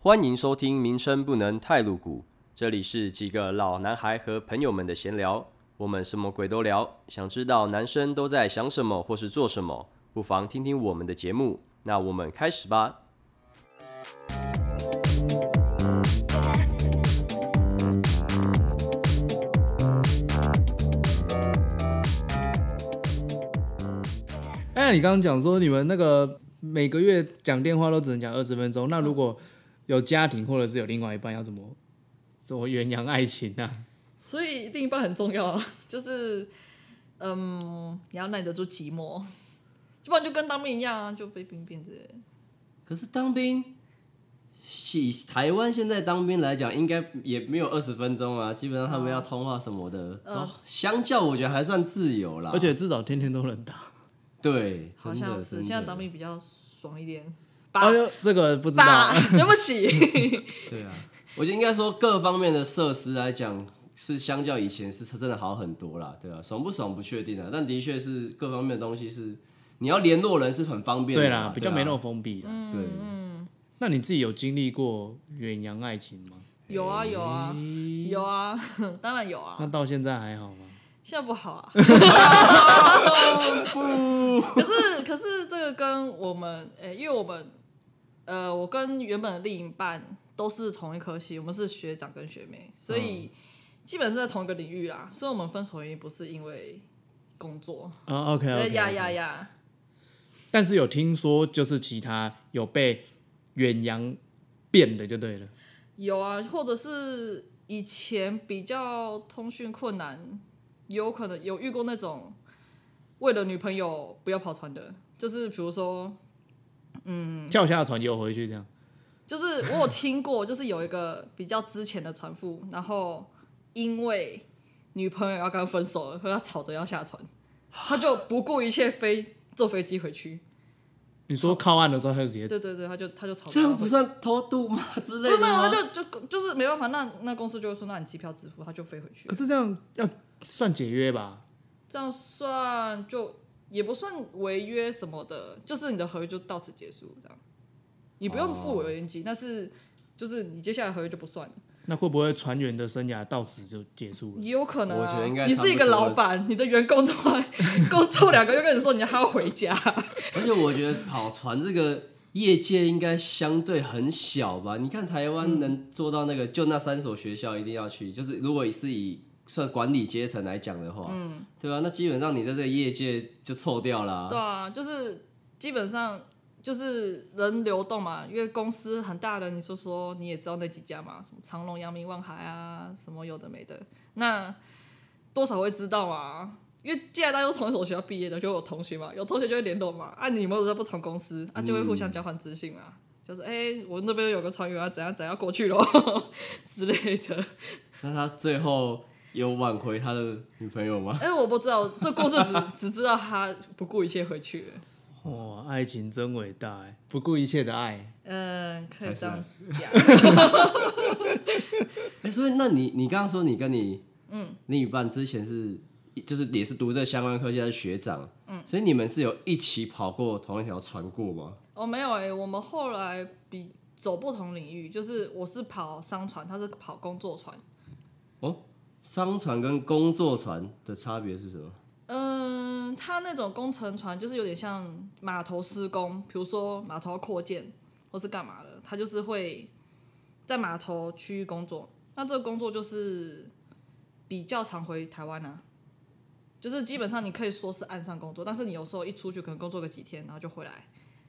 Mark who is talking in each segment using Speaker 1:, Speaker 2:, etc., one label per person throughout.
Speaker 1: 欢迎收听《名声不能太露骨》，这里是几个老男孩和朋友们的闲聊，我们什么鬼都聊。想知道男生都在想什么或是做什么，不妨听听我们的节目。那我们开始吧。
Speaker 2: 哎，你刚刚讲说你们那个每个月讲电话都只能讲二十分钟，那如果有家庭或者是有另外一半，要怎么怎么远扬爱情啊？
Speaker 3: 所以另一半很重要啊， 就是嗯，你要耐得住寂寞，要不然就跟当兵一样啊，就被兵变之类的。
Speaker 1: 可是当兵，以台湾现在当兵来讲，应该也没有二十分钟啊，基本上他们要通话什么的，
Speaker 3: 嗯
Speaker 1: 都相较我觉得还算自由啦。
Speaker 2: 而且至少天天都能打。
Speaker 1: 对，
Speaker 3: 好
Speaker 1: 真的
Speaker 3: 像是
Speaker 1: 真的
Speaker 3: 现在当兵比较爽一点，爸
Speaker 2: 哎呦，这个不知
Speaker 3: 爸
Speaker 2: 道。，
Speaker 3: 对 不起，
Speaker 1: 对啊，我觉得应该说各方面的设施来讲，是相较以前是真的好很多啦，对啊，爽不爽不确定啊，但的确是各方面的东西是你要联络人是很方便的
Speaker 2: 对
Speaker 1: 啦，
Speaker 2: 啦，比较没那
Speaker 1: 对
Speaker 2: 么
Speaker 1: 啊
Speaker 2: 封闭
Speaker 3: 嗯
Speaker 2: 啦。
Speaker 1: 对，
Speaker 2: 那你自己有经历过远扬爱情吗？
Speaker 3: 有啊有啊有啊， 当然有
Speaker 2: 那
Speaker 3: 啊，
Speaker 2: 到现在还好吗？
Speaker 3: 现在不好啊。 可是可是这个跟我们，诶、因为我们，呃，我跟原本的另一半都是同一科系，我们是学长跟学妹，所以基本是在同一个领域啦。所以我们分手原因不是因为工作，
Speaker 2: 啊，OK
Speaker 3: 对
Speaker 2: OK。
Speaker 3: 呃呀呀呀，
Speaker 2: 但是有听说，就是其他有被远扬变的就对了。
Speaker 3: 有啊，或者是以前比较通讯困难，有可能有遇过那种为了女朋友不要跑船的，就是比如说，嗯
Speaker 2: 跳下船游回去这样。
Speaker 3: 就是我有听过，就是有一个比较之前的船夫，然后因为女朋友要跟他分手了，和他吵着要下船，他就不顾一切飞坐飞机 回去。
Speaker 2: 你说靠岸的时候，他就直接
Speaker 3: 对对对，他就他就吵着
Speaker 1: 这
Speaker 3: 要
Speaker 1: 样
Speaker 3: 回去
Speaker 1: 不。算偷渡吗之类
Speaker 3: 嗯不是
Speaker 1: 的
Speaker 3: 没有，他
Speaker 1: 吗？
Speaker 3: 就就就是没办法，那那公司就会说，那你机票支付，他就飞回去
Speaker 2: 可。是这样要算解约吧？
Speaker 3: 这样算就也不算违约什么的，就是你的合约就到此结束这样，你不用付违约
Speaker 1: 哦
Speaker 3: 金，但是就是你接下来合约就不算了，
Speaker 2: 那会不会船员的生涯到此就结束了？
Speaker 3: 也有可能、啊。
Speaker 1: 我觉得应该
Speaker 3: 你
Speaker 1: 差不
Speaker 3: 是
Speaker 1: 多
Speaker 3: 一个老板，你的员工都来工作两个月，跟你说你还要回 家，
Speaker 1: 而且我觉得跑船这个业界应该相对很小吧？你看台
Speaker 2: 嗯
Speaker 1: 湾能做到那个，就那三所学校一定要去，就是如果是以算管理阶层来讲的话，嗯，对吧、那基本上你在这个业界就臭掉啦、
Speaker 3: 对啊，就是基本上。就是人流动嘛，因为公司很大的，你说说你也知道那几家嘛，什么长隆、阳明、万海啊，什么有的没的，那多少会知道嘛。因为既然大家都同一所学校毕业的，就有同学嘛，有同学就会联络嘛。啊，你们都在不同公司，
Speaker 1: 嗯
Speaker 3: 啊，就会互相交换资讯嘛。就是哎、我那边有个船员啊，怎样怎样过去咯 之类的。
Speaker 1: 那他最后有挽回他的女朋友 吗？
Speaker 3: 哎、我不知道这故事只 只知道他不顾一切回去了。
Speaker 2: 哦，爱情真伟大欸，不顾一切的爱。
Speaker 3: 嗯，可以这样讲。
Speaker 1: 哎、所以那你你刚刚说你跟你嗯另一半之前是就是也是读这相关科技的学长，嗯，所以你们是有一起跑过同一条船过吗？
Speaker 3: 哦，没有哎、我们后来比走不同领域，就是我是跑商船，他是跑工作船。
Speaker 1: 哦，商船跟工作船的差别是什么？
Speaker 3: 嗯，他那种工程船就是有点像码头施工，比如说码头要扩建或是干嘛的，他就是会在码头区域工作。那这个工作就是比较常回台湾啊，就是基本上你可以说是岸上工作，但是你有时候一出去可能工作个几天，然后就回来，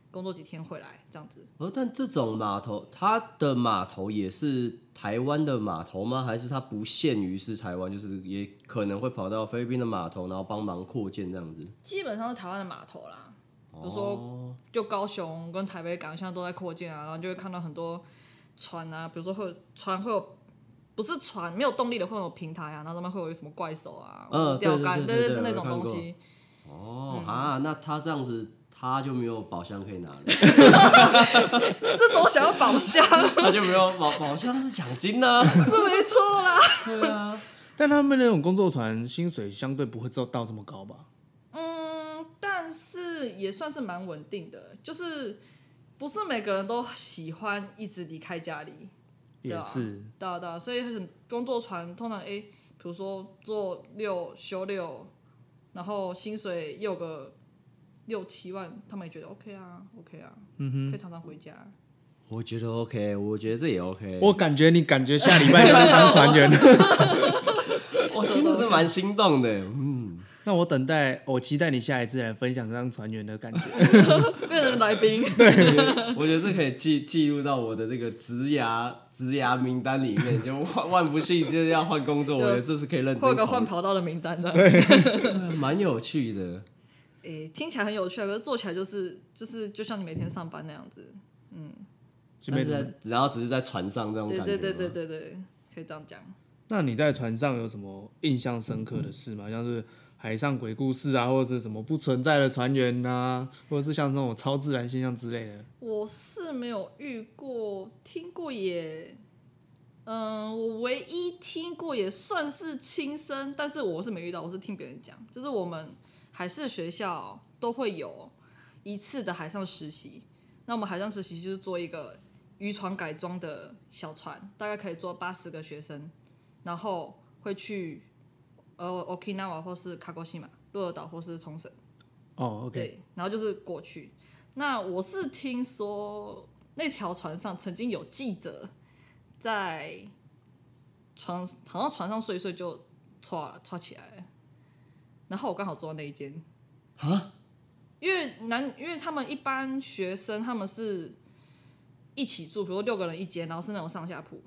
Speaker 3: 工作几天回来这样子。
Speaker 1: 哦，但这种码头，它的码头也是台湾的码头吗？还是它不限于是台湾，就是也可能会跑到菲律宾的码头，然后帮忙扩建这样子？
Speaker 3: 基本上是台湾的码头啦，
Speaker 1: 哦
Speaker 3: 比如说就高雄跟台北港现在都在扩建啊，然后就会看到很多船啊，比如说会有船会有。不是船没有动力的会有平台啊，然后上面会有什么怪手啊、
Speaker 1: 嗯
Speaker 3: 钓
Speaker 1: 对对
Speaker 3: 竿，
Speaker 1: 对对
Speaker 3: 对，是
Speaker 1: 对
Speaker 3: 那
Speaker 1: 我
Speaker 3: 种
Speaker 1: 看
Speaker 3: 东
Speaker 1: 过
Speaker 3: 西。
Speaker 1: 哦、啊，那他这样子，他就没有宝箱可以拿了，
Speaker 3: 这多想要宝箱
Speaker 1: 他就没有宝宝箱是奖金呐、
Speaker 3: 是没错 啦。
Speaker 1: 对啊，
Speaker 2: 但他们那种工作船薪水相对不会到到这么高吧？
Speaker 3: 嗯，但是也算是蛮稳定的，就是不是每个人都喜欢一直离开家里，对
Speaker 2: 也
Speaker 3: 啊
Speaker 2: 是，
Speaker 3: 对啊对啊，所以很工作船通常诶，比如说做六休六，然后薪水有个六七万，他们也觉得 OK 啊，OK 啊，嗯可以常常回家。
Speaker 1: 我觉得 OK，我觉得这也 OK。
Speaker 2: 我感觉你感觉下礼拜就是当船员了。
Speaker 1: 我真的是蛮心动的，嗯，
Speaker 2: 那我等待，我期待你下一次来分享当船员的 感觉。
Speaker 3: 变成 来宾，
Speaker 1: 我觉得这可以记记录到我的这个职涯职涯名单里面，就万万不幸就是要换工作，我觉得这是可以认
Speaker 3: 会
Speaker 1: 真
Speaker 3: 有个
Speaker 1: 考
Speaker 3: 换
Speaker 1: 虑
Speaker 3: 跑道的名单的。
Speaker 1: 的，蛮有趣的。
Speaker 3: 诶、听起来很有趣啊，可是做起来就是就是就像你每天上班那样子。
Speaker 2: 就
Speaker 1: 但
Speaker 2: 没
Speaker 1: 是
Speaker 2: 怎么
Speaker 1: 在然后只是在船上这种
Speaker 3: 对
Speaker 1: 感觉，
Speaker 3: 对对对，对对，可以这样讲。
Speaker 2: 那你在船上有什么印象深刻的事吗？像是海上鬼故事啊，或者是什么不存在的船员呐、或者是像这种超自然现象之类的。
Speaker 3: 我是没有遇过，听过也，嗯，我唯一听过也算是亲身，但是我是没遇到，我是听别人讲，就是我们海事学校都会有一次的海上实习，那我们海上实习就是做一个渔船改装的小船，大概可以坐八十个学生，然后会去呃 Okinawa 或是 Kagoshima 鹿儿岛或是冲绳。
Speaker 2: 哦，OK，
Speaker 3: 对，然后就是过去。那我是听说那条船上曾经有记者在船，好像船上睡一睡就歘歘起来了，然后我刚好坐到那一间啊，因为男，因为他们一般学生他们是一起住，比如说六个人一间，然后是那种上下铺。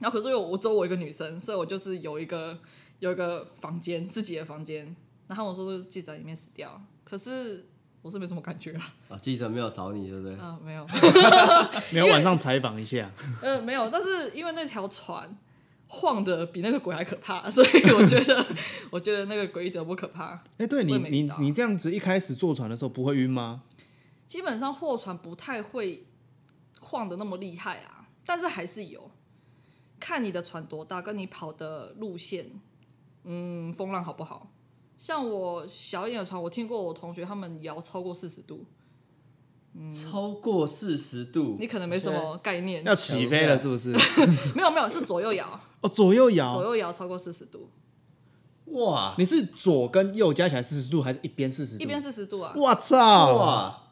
Speaker 3: 然后可是因为我我只有我一个女生，所以我就是有一个有一个房间自己的房间。然后我说记者在里面死掉了，可是我是没什么感觉啊，
Speaker 1: 啊，记者没有找你，对不对？
Speaker 3: 嗯、没有，
Speaker 2: 你要晚上采访一下。
Speaker 3: 呃，没有，但是因为那条船晃的比那个鬼还可怕， 所以我觉得我觉得那个鬼一点都不可怕。
Speaker 2: 哎、对你
Speaker 3: 我也没
Speaker 2: 你
Speaker 3: 遇到啊
Speaker 2: 你这样子一开始坐船的时候不会晕吗？
Speaker 3: 基本上货船不太会晃的那么厉害啊，但是还是有，看你的船多大，跟你跑的路线，嗯，风浪好不好。像我小一点的船，我听过我同学他们摇超过四十度，
Speaker 1: 超过四十度，
Speaker 3: 嗯你可能没什么概念，
Speaker 2: 要起飞了是不 是？
Speaker 3: 没有没有，是左右摇，
Speaker 2: 哦，左右
Speaker 3: 左
Speaker 2: 摇，
Speaker 3: 右摇超过四十度，
Speaker 1: 哇
Speaker 2: 你是左跟右加起来四十度，还是一边四十度？
Speaker 3: 一边四十度啊，
Speaker 2: 我操！
Speaker 1: 哇，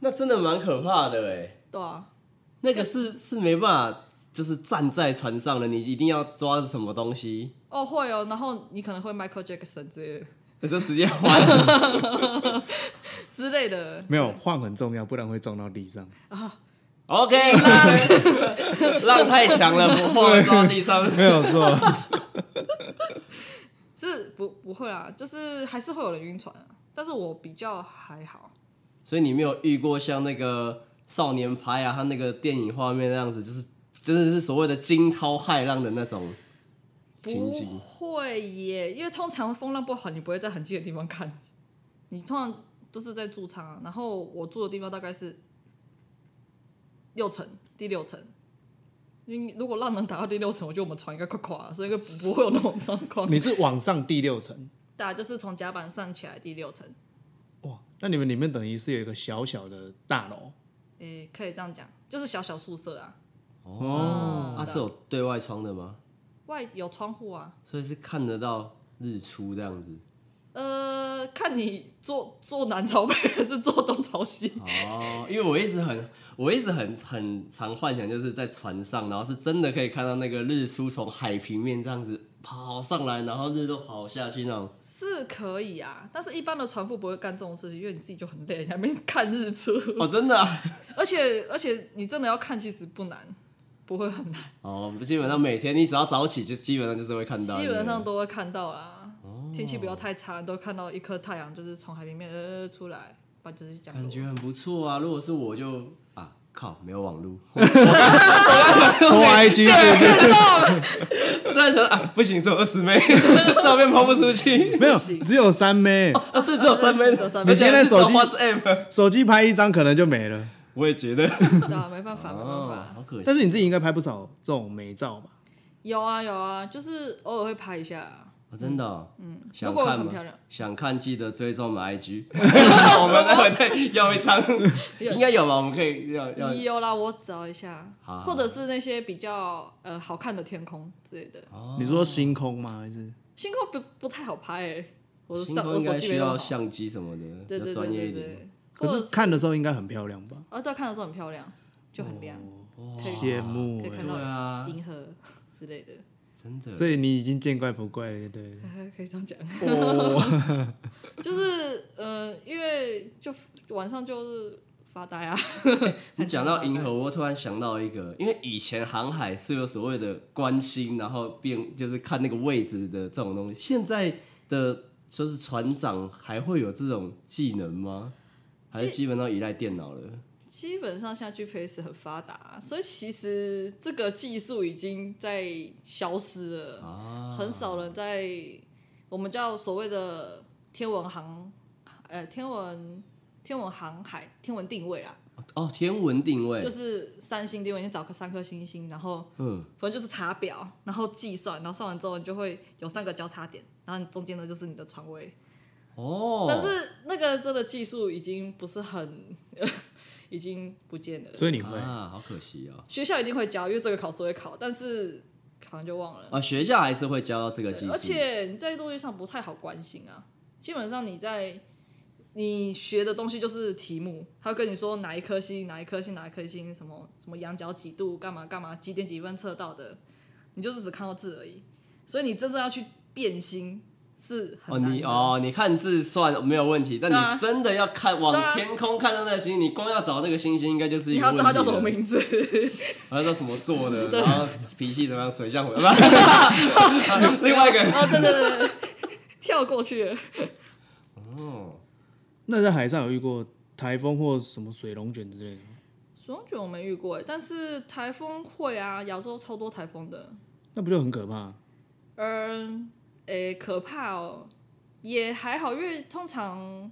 Speaker 1: 那真的蛮可怕的哎。
Speaker 3: 对啊，
Speaker 1: 那个是是没办法，就是站在船上的，你一定要抓着什么东西，
Speaker 3: 哦会哦，然后你可能会 Michael Jackson 之类的
Speaker 1: 那就直接换。
Speaker 3: 之类的，
Speaker 2: 没有晃很重要，不然会撞到地上。
Speaker 1: OK，浪浪太强了，不晃抓地上。
Speaker 2: 没有错，
Speaker 3: 是不不会啊，就是还是会有人晕船啊，但是我比较还好，
Speaker 1: 所以你没有遇过像那个少年派啊，他那个电影画面那样子，就是真的是所谓的惊涛骇浪的那种情
Speaker 3: 不
Speaker 1: 景。
Speaker 3: 会耶，因为通常风浪不好，你不会在很近的地方看，你通常都是在驻场啊、然后我住的地方大概是六层，第六层。因为如果浪能打到第六层，我觉得我们船应该快垮了，所以应该不不会有那种状况。
Speaker 2: 你是往上第六层
Speaker 3: 对啊，就是从甲板上起来第六层，
Speaker 2: 哇？那你们里面等于是有一个小小的大 楼
Speaker 3: 诶、可以这样讲，就是小小宿舍啊，
Speaker 2: 哦，
Speaker 1: 它、是有对外窗的吗？
Speaker 3: 外有窗户啊，
Speaker 1: 所以是看得到日出这样子。
Speaker 3: 呃，看你坐坐南朝北还是坐东朝西。
Speaker 1: 哦，因为我一直很，我一直很很常幻想，就是在船上，然后是真的可以看到那个日出从海平面这样子跑上来，然后日落跑下去那种。
Speaker 3: 是可以啊，但是一般的船夫不会干这种事情，因为你自己就很累，你还没看日出，
Speaker 1: 哦，真的、啊、
Speaker 3: 而且而且你真的要看其实不难，不会很难，
Speaker 1: 哦，基本上每天你只要早起，就基本上就是会看到。
Speaker 3: 基本上
Speaker 1: 对
Speaker 3: 都会看到
Speaker 1: 哦
Speaker 3: 啦。天气不要太差，你都看到一颗太阳就是从海平面呃出来，把就是
Speaker 1: 不对
Speaker 3: 降
Speaker 1: 感
Speaker 3: 落。
Speaker 1: 觉很不错啊。如果是我就啊，靠，没有网路，
Speaker 2: 拖 IG 是不是？
Speaker 1: 突然想到啊，不行，只有二十枚，照片抛不出 去。
Speaker 2: 没有，只有三枚，
Speaker 3: 哦
Speaker 1: 啊，对，只有三枚，
Speaker 3: 只有三
Speaker 2: 枚
Speaker 1: 而且还是
Speaker 2: 你现在手机
Speaker 1: 只有 WhatsApp，
Speaker 2: 手机拍一张可能就没了。
Speaker 1: 我也觉得。
Speaker 3: 对啊，没办法，没办
Speaker 1: 哦
Speaker 3: 法。，
Speaker 1: 好可惜。
Speaker 2: 但是你自己应该拍不少这种美照吧？
Speaker 3: 有啊有啊，就是偶尔会拍一下啊，
Speaker 1: 哦真的、哦，嗯，想
Speaker 3: 如果
Speaker 1: 看
Speaker 3: 很
Speaker 1: 吗
Speaker 3: 漂亮，
Speaker 1: 想看记得追踪我们 IG，我们待会再要一张，应该有吧？我们可以要要
Speaker 3: 有啦，我找一下
Speaker 1: 好，
Speaker 3: 或者是那些比较呃好看的天空之类的。
Speaker 2: 你说星空吗？还是
Speaker 3: 星空不不太好拍诶，我的
Speaker 1: 星
Speaker 3: 上
Speaker 1: 空
Speaker 3: 我
Speaker 1: 应
Speaker 3: 手
Speaker 1: 该
Speaker 3: 机
Speaker 1: 需
Speaker 3: 没那么
Speaker 1: 要
Speaker 3: 好。
Speaker 1: 相机什么的，
Speaker 3: 对
Speaker 1: 要
Speaker 3: 对对
Speaker 1: 专业
Speaker 3: 对
Speaker 1: 一点。
Speaker 3: 对，
Speaker 2: 可
Speaker 3: 或者
Speaker 2: 是看的时候应该很漂亮吧？
Speaker 3: 啊，对，看的时候很漂亮，就很亮，可以
Speaker 2: 羡慕
Speaker 3: 可以看
Speaker 2: 欸，
Speaker 1: 对啊
Speaker 3: 到银河 之类的，
Speaker 1: 真的，
Speaker 2: 所以你已经见怪不怪了，对 不
Speaker 3: 可以这样讲。
Speaker 2: 对？哦，
Speaker 3: 就是呃，因为就晚上就是发呆啊。
Speaker 1: 你讲到银河，我突然想到一个，因为以前航海是有所谓的关心，然后变就是看那个位置的这种东西。现在的就是船长还会有这种技能吗？还是基本上依赖电脑了？
Speaker 3: 基本上现在 GPS 很发达，所以其实这个技术已经在消失了，很少人在我们叫所谓的天文航，呃，天文天文航海、天文定位啊，
Speaker 1: 哦，天文定位，
Speaker 3: 就是三星定位，你找个三颗星星，然后
Speaker 1: 嗯，
Speaker 3: 反正就是查表，然后计算，然后算完之后你就会有三个交叉点，然后你中间的就是你的船位，
Speaker 1: 哦，
Speaker 3: 但是那个真的技术已经不是很，呃已经不见 了。
Speaker 2: 所以你会
Speaker 1: 啊，好可惜哦。
Speaker 3: 学校一定会教，因为这个考试会考，但是考完就忘了。
Speaker 1: 啊，学校还是会教到这个技术，
Speaker 3: 而且你在陆地上不太好关心啊，基本上你在你学的东西就是题目，他会跟你说哪一颗星、哪一颗星、哪一颗星，什么什么仰角几度，干嘛干嘛，几点几分测到的，你就是只看到字而已。所以你真正要去变心是
Speaker 1: 哦，
Speaker 3: 很难
Speaker 1: 你
Speaker 3: 的。
Speaker 1: 哦，你看字算没有问题，但
Speaker 3: 对啊
Speaker 1: 你真的要看
Speaker 3: 对
Speaker 1: 往
Speaker 3: 啊
Speaker 1: 天空看到那个星，你光要找那个星星，应该就是一
Speaker 3: 你
Speaker 1: 个
Speaker 3: 还要
Speaker 1: 问题了。
Speaker 3: 知道他叫什么 名字，
Speaker 1: 然后叫什么座 的，然后脾气怎么样，水象火。不另外一个人
Speaker 3: 哦，对对对对，跳过去了。
Speaker 2: 那在海上有遇过台风或什么水龙卷之类的吗？
Speaker 3: 水龙卷我没遇过欸，但是台风会啊，亚洲超多台风的。
Speaker 2: 那不就很可怕？
Speaker 3: 嗯，诶、可怕哦，也还好，因为通常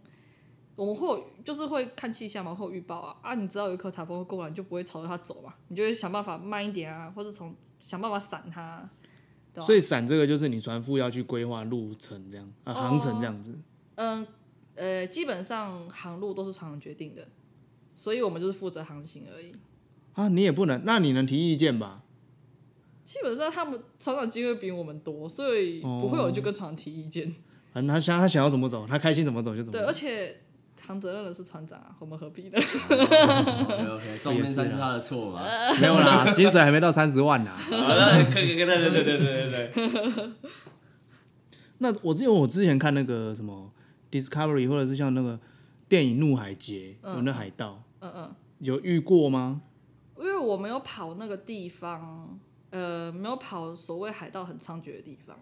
Speaker 3: 我们会有就是会看气象嘛，会有预报啊。啊，你知道有一颗台风会过来，你就不会朝着它走嘛，你就会想办法慢一点啊，或是从想办法闪它。对啊
Speaker 2: 所以伞这个就是你船夫要去规划路程这样啊，
Speaker 3: 哦
Speaker 2: 航程这样子。
Speaker 3: 嗯，呃，基本上航路都是船长决定的，所以我们就是负责航行而已。
Speaker 2: 啊，你也不能，那你能提意见吧？
Speaker 3: 基本上他们船长机会比我们多，所以不会有
Speaker 2: 哦
Speaker 3: 人去跟船长提意见。
Speaker 2: 反正他啊想他想要怎么走，他开心怎么走就怎么
Speaker 3: 对，
Speaker 2: 走
Speaker 3: 而。且扛责任的是船长啊，我们何必呢？ 哦
Speaker 1: OK OK，这种面算是他的错嘛？
Speaker 3: 啊
Speaker 2: 没有啦，薪水还没到三十万啦。
Speaker 1: 好那可以可以，对对对对对对对。
Speaker 2: 那我记得我之前看那个什么 Discovery，或者是像那个电影《怒海劫》，有那海盗，嗯嗯，有遇过吗？
Speaker 3: 因为我没有跑那个地方，呃，没有跑所谓海盗很猖獗的地方，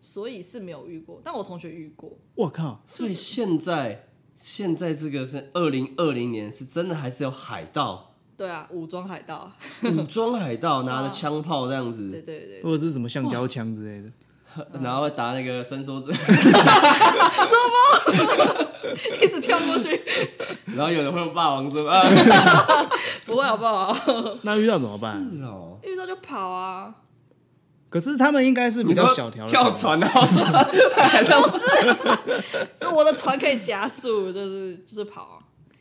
Speaker 3: 所以是没有遇过。但我同学遇过，
Speaker 2: 我靠，
Speaker 1: 所以现在现在这个是二零二零年，是真的还是有海盗，
Speaker 3: 对啊，武装海盗，
Speaker 1: 武装海盗拿着枪炮这样子，
Speaker 3: 对对对，
Speaker 2: 或者是什么橡胶枪之类的，
Speaker 1: 然后打那个伸缩针，
Speaker 3: 一直跳过去，
Speaker 1: 然后有人会用霸王 针啊。
Speaker 3: 不会好不好？
Speaker 2: 那遇到怎么办？
Speaker 1: 是哦，
Speaker 3: 遇到就跑啊，
Speaker 2: 可是他们应该是比
Speaker 1: 你
Speaker 2: 较
Speaker 1: 说
Speaker 2: 小条的
Speaker 1: 跳船哦，
Speaker 3: 所以我的船可以加速，就是就是跑啊。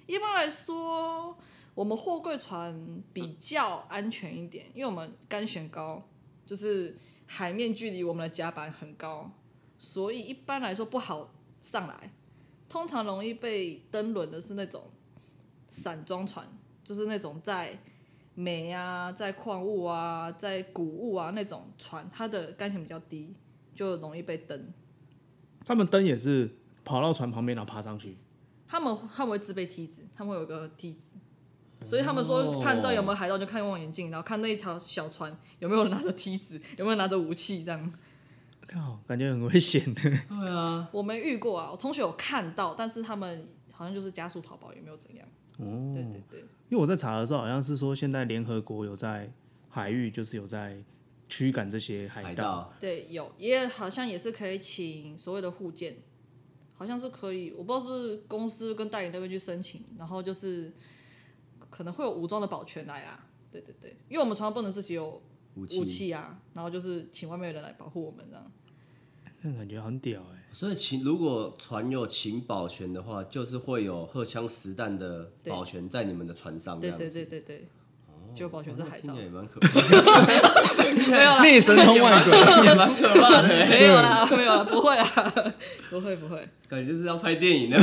Speaker 3: 一般来说，我们货柜船比较安全一点，因为我们干舷高，就是海面距离我们的甲板很高，所以一般来说不好上来。通常容易被登轮的是那种散装船，就是那种在煤啊、在矿物啊、在谷物啊那种船，它的干舷比较低，就容易被登。
Speaker 2: 他们灯也是跑到船旁边然后爬上去，
Speaker 3: 他们他们会自备梯子，他们会有个梯子，所以他们说判断有没有海盗就看望远镜，然后看那一条小船有没有拿着梯子，有没有拿着武器这样。
Speaker 2: 靠，感觉很危险。
Speaker 1: 对啊，
Speaker 3: 我没遇过啊，我同学有看到，但是他们好像就是加速逃跑，也没有怎样。哦，对对对，
Speaker 2: 因为我在查的时候，好像是说现在联合国有在海域，就是有在驱赶这些
Speaker 1: 海
Speaker 2: 海盗。
Speaker 1: 盗
Speaker 3: 对有也好像也是可以请所谓的护舰，好像是可以，我不知道是公司跟代理那边去申请，然后就是可能会有武装的保全来啦。对对对，因为我们船上不能自己有
Speaker 1: 武
Speaker 3: 武
Speaker 1: 器。
Speaker 3: 器啊，然后就是请外面的人来保护我们这样。
Speaker 2: 那感觉很屌哎、
Speaker 1: 所以情如果船有请保全的话，就是会有荷枪实弹的
Speaker 3: 对
Speaker 1: 保全在你们的船上这
Speaker 3: 对
Speaker 1: 样子。哦
Speaker 3: 对对对对，结果保全是
Speaker 1: 哇那
Speaker 3: 海
Speaker 1: 听
Speaker 3: 盗
Speaker 1: 起来，也蛮可 怕，
Speaker 3: 没有 啦，
Speaker 2: 内神通外鬼，
Speaker 1: 也蛮可怕的欸，
Speaker 3: 没有啦，没有啦，不会啦， 不会不会，
Speaker 1: 感觉就是要拍电影的。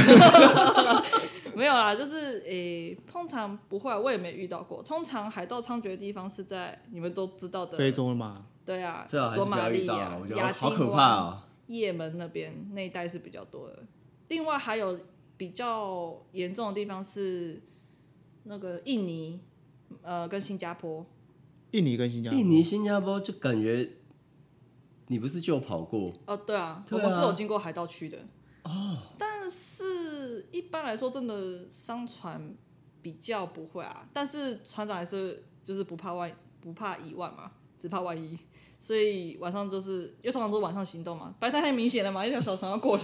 Speaker 3: 没有啦，就是诶、通常不会啊，我也没遇到过。通常海盗猖獗的地方是在你们都知 道
Speaker 2: 非
Speaker 3: 的，
Speaker 2: 洲了嘛？
Speaker 3: 对啊，
Speaker 1: 最好还是
Speaker 3: 索
Speaker 1: 不
Speaker 3: 马
Speaker 1: 要
Speaker 3: 利
Speaker 1: 遇到
Speaker 3: 亚
Speaker 1: 啊，我觉、
Speaker 3: 亚
Speaker 1: 得好
Speaker 3: 丁
Speaker 1: 可
Speaker 3: 湾
Speaker 1: 怕哦。
Speaker 3: 也门那边那一带是比较多的。另外还有比较严重的地方是那个印尼，呃，跟新加坡。
Speaker 2: 印尼跟新加坡，
Speaker 1: 印尼、新加坡就感觉你不是就跑过？
Speaker 3: 哦，对啊，
Speaker 1: 对啊
Speaker 3: 我们是有经过海盗区的。哦，但是一般来说，真的商船比较不会啊。但是船长还是就是不怕万不怕一万嘛，只怕万一。所以晚上都是，因为通常都晚上行动嘛，白天太明显了嘛，一条小船要 过来。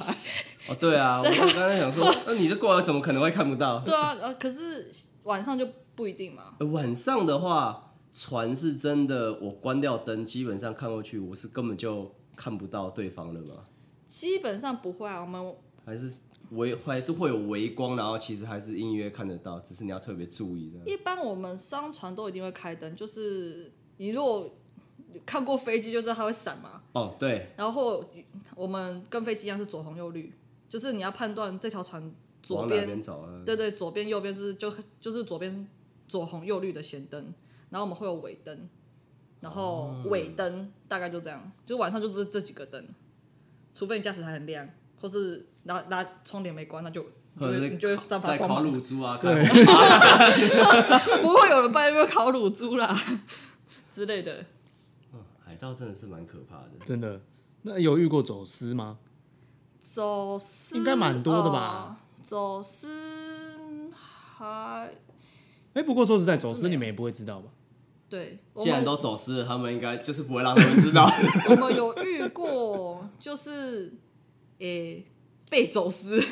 Speaker 1: 哦，对啊，我刚才想 说，那你的过来怎么可能会看不到？
Speaker 3: 对啊，呃，可是晚上就不一定嘛。
Speaker 1: 呃晚上的话，船是真的，我关掉灯，基本上看过去，我是根本就看不到对方了嘛，
Speaker 3: 基本上不会啊，我们
Speaker 1: 还是微还是会有微光，然后其实还是隐约看得到，只是你要特别注意这样。
Speaker 3: 一般我们商船都一定会开灯，就是你如果看过飞机就知道它会闪嘛，
Speaker 1: 哦，对，
Speaker 3: 然后我们跟飞机一样是左红右绿，就是你要判断这条船左
Speaker 1: 往哪
Speaker 3: 边，
Speaker 1: 边走啊？
Speaker 3: 对对，左边右边是就就是左边是左红右绿的弦灯，然后我们会有尾灯，然后
Speaker 1: 哦
Speaker 3: 尾灯、大概就这样，就晚上就是这几个灯，除非你驾驶台很亮，或是拿拿窗帘没关，那就
Speaker 1: 或者
Speaker 3: 你就会你就会
Speaker 1: 是
Speaker 3: 散发
Speaker 1: 在
Speaker 3: 光
Speaker 1: 烤
Speaker 3: 芒，
Speaker 1: 乳猪啊，看
Speaker 2: 对，
Speaker 3: 不会有人半夜烤乳猪啦 之类的。
Speaker 1: 哦海盗真的是蛮可怕的。
Speaker 2: 真的。那有遇过走私吗？
Speaker 3: 走私
Speaker 2: 应该蛮多的吧
Speaker 3: 呃走呃私还
Speaker 2: 哎、不过说实在，走私
Speaker 3: 没有
Speaker 2: 你们也不会知道吧？
Speaker 3: 对，我
Speaker 1: 既然
Speaker 3: 们
Speaker 1: 都走私了，他们应该就是不会让他们知道。
Speaker 3: 我们有遇过，就是诶、被走私，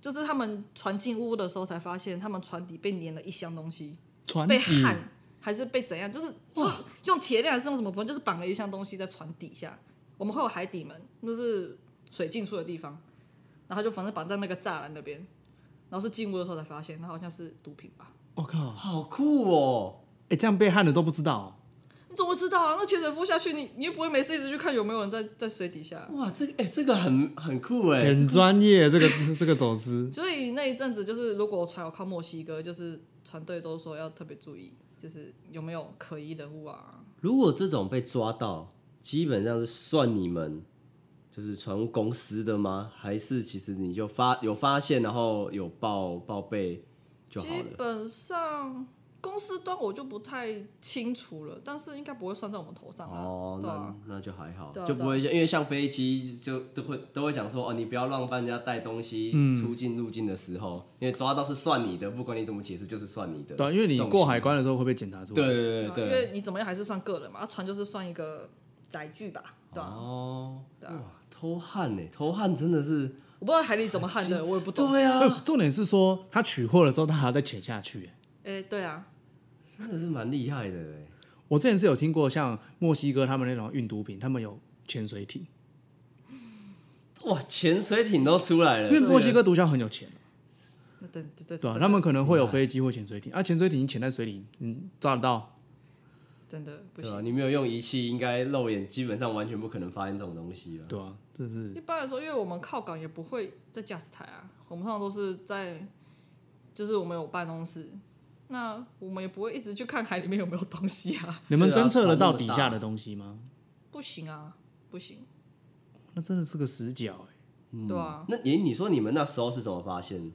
Speaker 3: 就是他们船进屋的时候才发现，他们船底被粘了一箱东西，
Speaker 2: 船
Speaker 3: 被
Speaker 2: 底
Speaker 3: 焊还是被怎样，就是就是用铁链还是用什么，反正就是绑了一箱东西在船底下。我们会有海底门，那是水进出的地方，然后就反正绑在那个栅栏那边，然后是进屋的时候才发现，那好像是毒品吧。
Speaker 2: 我、靠！
Speaker 1: 好酷哦！
Speaker 2: 哎、这样被焊的都不知道哦、
Speaker 3: 你怎么知道啊？那潜水服下去，你你又不会没事一直去看有没有人在在水底下。
Speaker 1: 哇，这个哎、这个很很酷哎，
Speaker 2: 很专业，这个 这个走私。
Speaker 3: 所以那一阵子就是，如果船有靠墨西哥，就是船队都说要特别注意，就是有没有可疑人物啊。
Speaker 1: 如果这种被抓到，基本上是算你们就是船务公司的吗？还是其实你就发有发现，然后有报报备就好
Speaker 3: 基
Speaker 1: 了？
Speaker 3: 本上公司端我就不太清楚了，但是应该不会算在我们头上啊。
Speaker 1: 哦，
Speaker 3: 对啊
Speaker 1: 那那就还好
Speaker 3: 对，啊
Speaker 1: 就不会像因为像飞机就都会都会讲说哦，你不要让搬家带东西
Speaker 2: 嗯
Speaker 1: 出境入境的时候，因为抓到是算你的，不管你怎么解释就是算你的。
Speaker 2: 对啊，因为你
Speaker 1: 这种
Speaker 2: 过海关的时候会被检查出
Speaker 1: 情
Speaker 2: 来。
Speaker 1: 况，对对
Speaker 3: 啊
Speaker 1: 对
Speaker 3: 因
Speaker 1: 对，
Speaker 3: 为你怎么样还是算个人嘛，啊船就是算一个载具吧，对啊。
Speaker 1: 哦，
Speaker 3: 对啊
Speaker 1: 哇，偷汉呢？偷汉真的是
Speaker 3: 我不知道海里怎 么焊的，我也不懂。
Speaker 1: 对啊，
Speaker 2: 呃重点是说他取货的时候，他还要再潜下去、哎
Speaker 3: 哎，对啊，
Speaker 1: 真的是蛮厉害的哎。
Speaker 2: 我之前是有听过，像墨西哥他们那种运毒品，他们有潜水艇，
Speaker 1: 哇，潜水艇都出来了，
Speaker 2: 因为墨西哥毒枭很有钱，
Speaker 3: 那等等等，
Speaker 2: 对啊，
Speaker 3: 真的
Speaker 2: 他们可能会有飞机或潜水艇，啊，潜水艇你潜在水里，嗯，抓得到，
Speaker 3: 真的不
Speaker 1: 对
Speaker 3: 行。
Speaker 1: 啊，你没有用仪器，应该肉眼基本上完全不可能发现这种东西了。
Speaker 2: 对啊，这是
Speaker 3: 一般来说，因为我们靠港也不会在驾驶台啊，我们通常都是在，就是我们有办公室，那我们也不会一直去看海里面有没有东西啊，
Speaker 2: 你们
Speaker 1: 对啊
Speaker 2: 侦测得到
Speaker 1: 船那么
Speaker 2: 底
Speaker 1: 大
Speaker 2: 下的东西吗？
Speaker 3: 不行啊，不行，
Speaker 2: 那真的是个死角、哎，
Speaker 1: 嗯
Speaker 3: 对啊，
Speaker 1: 那你你说你们那时候是怎么发现？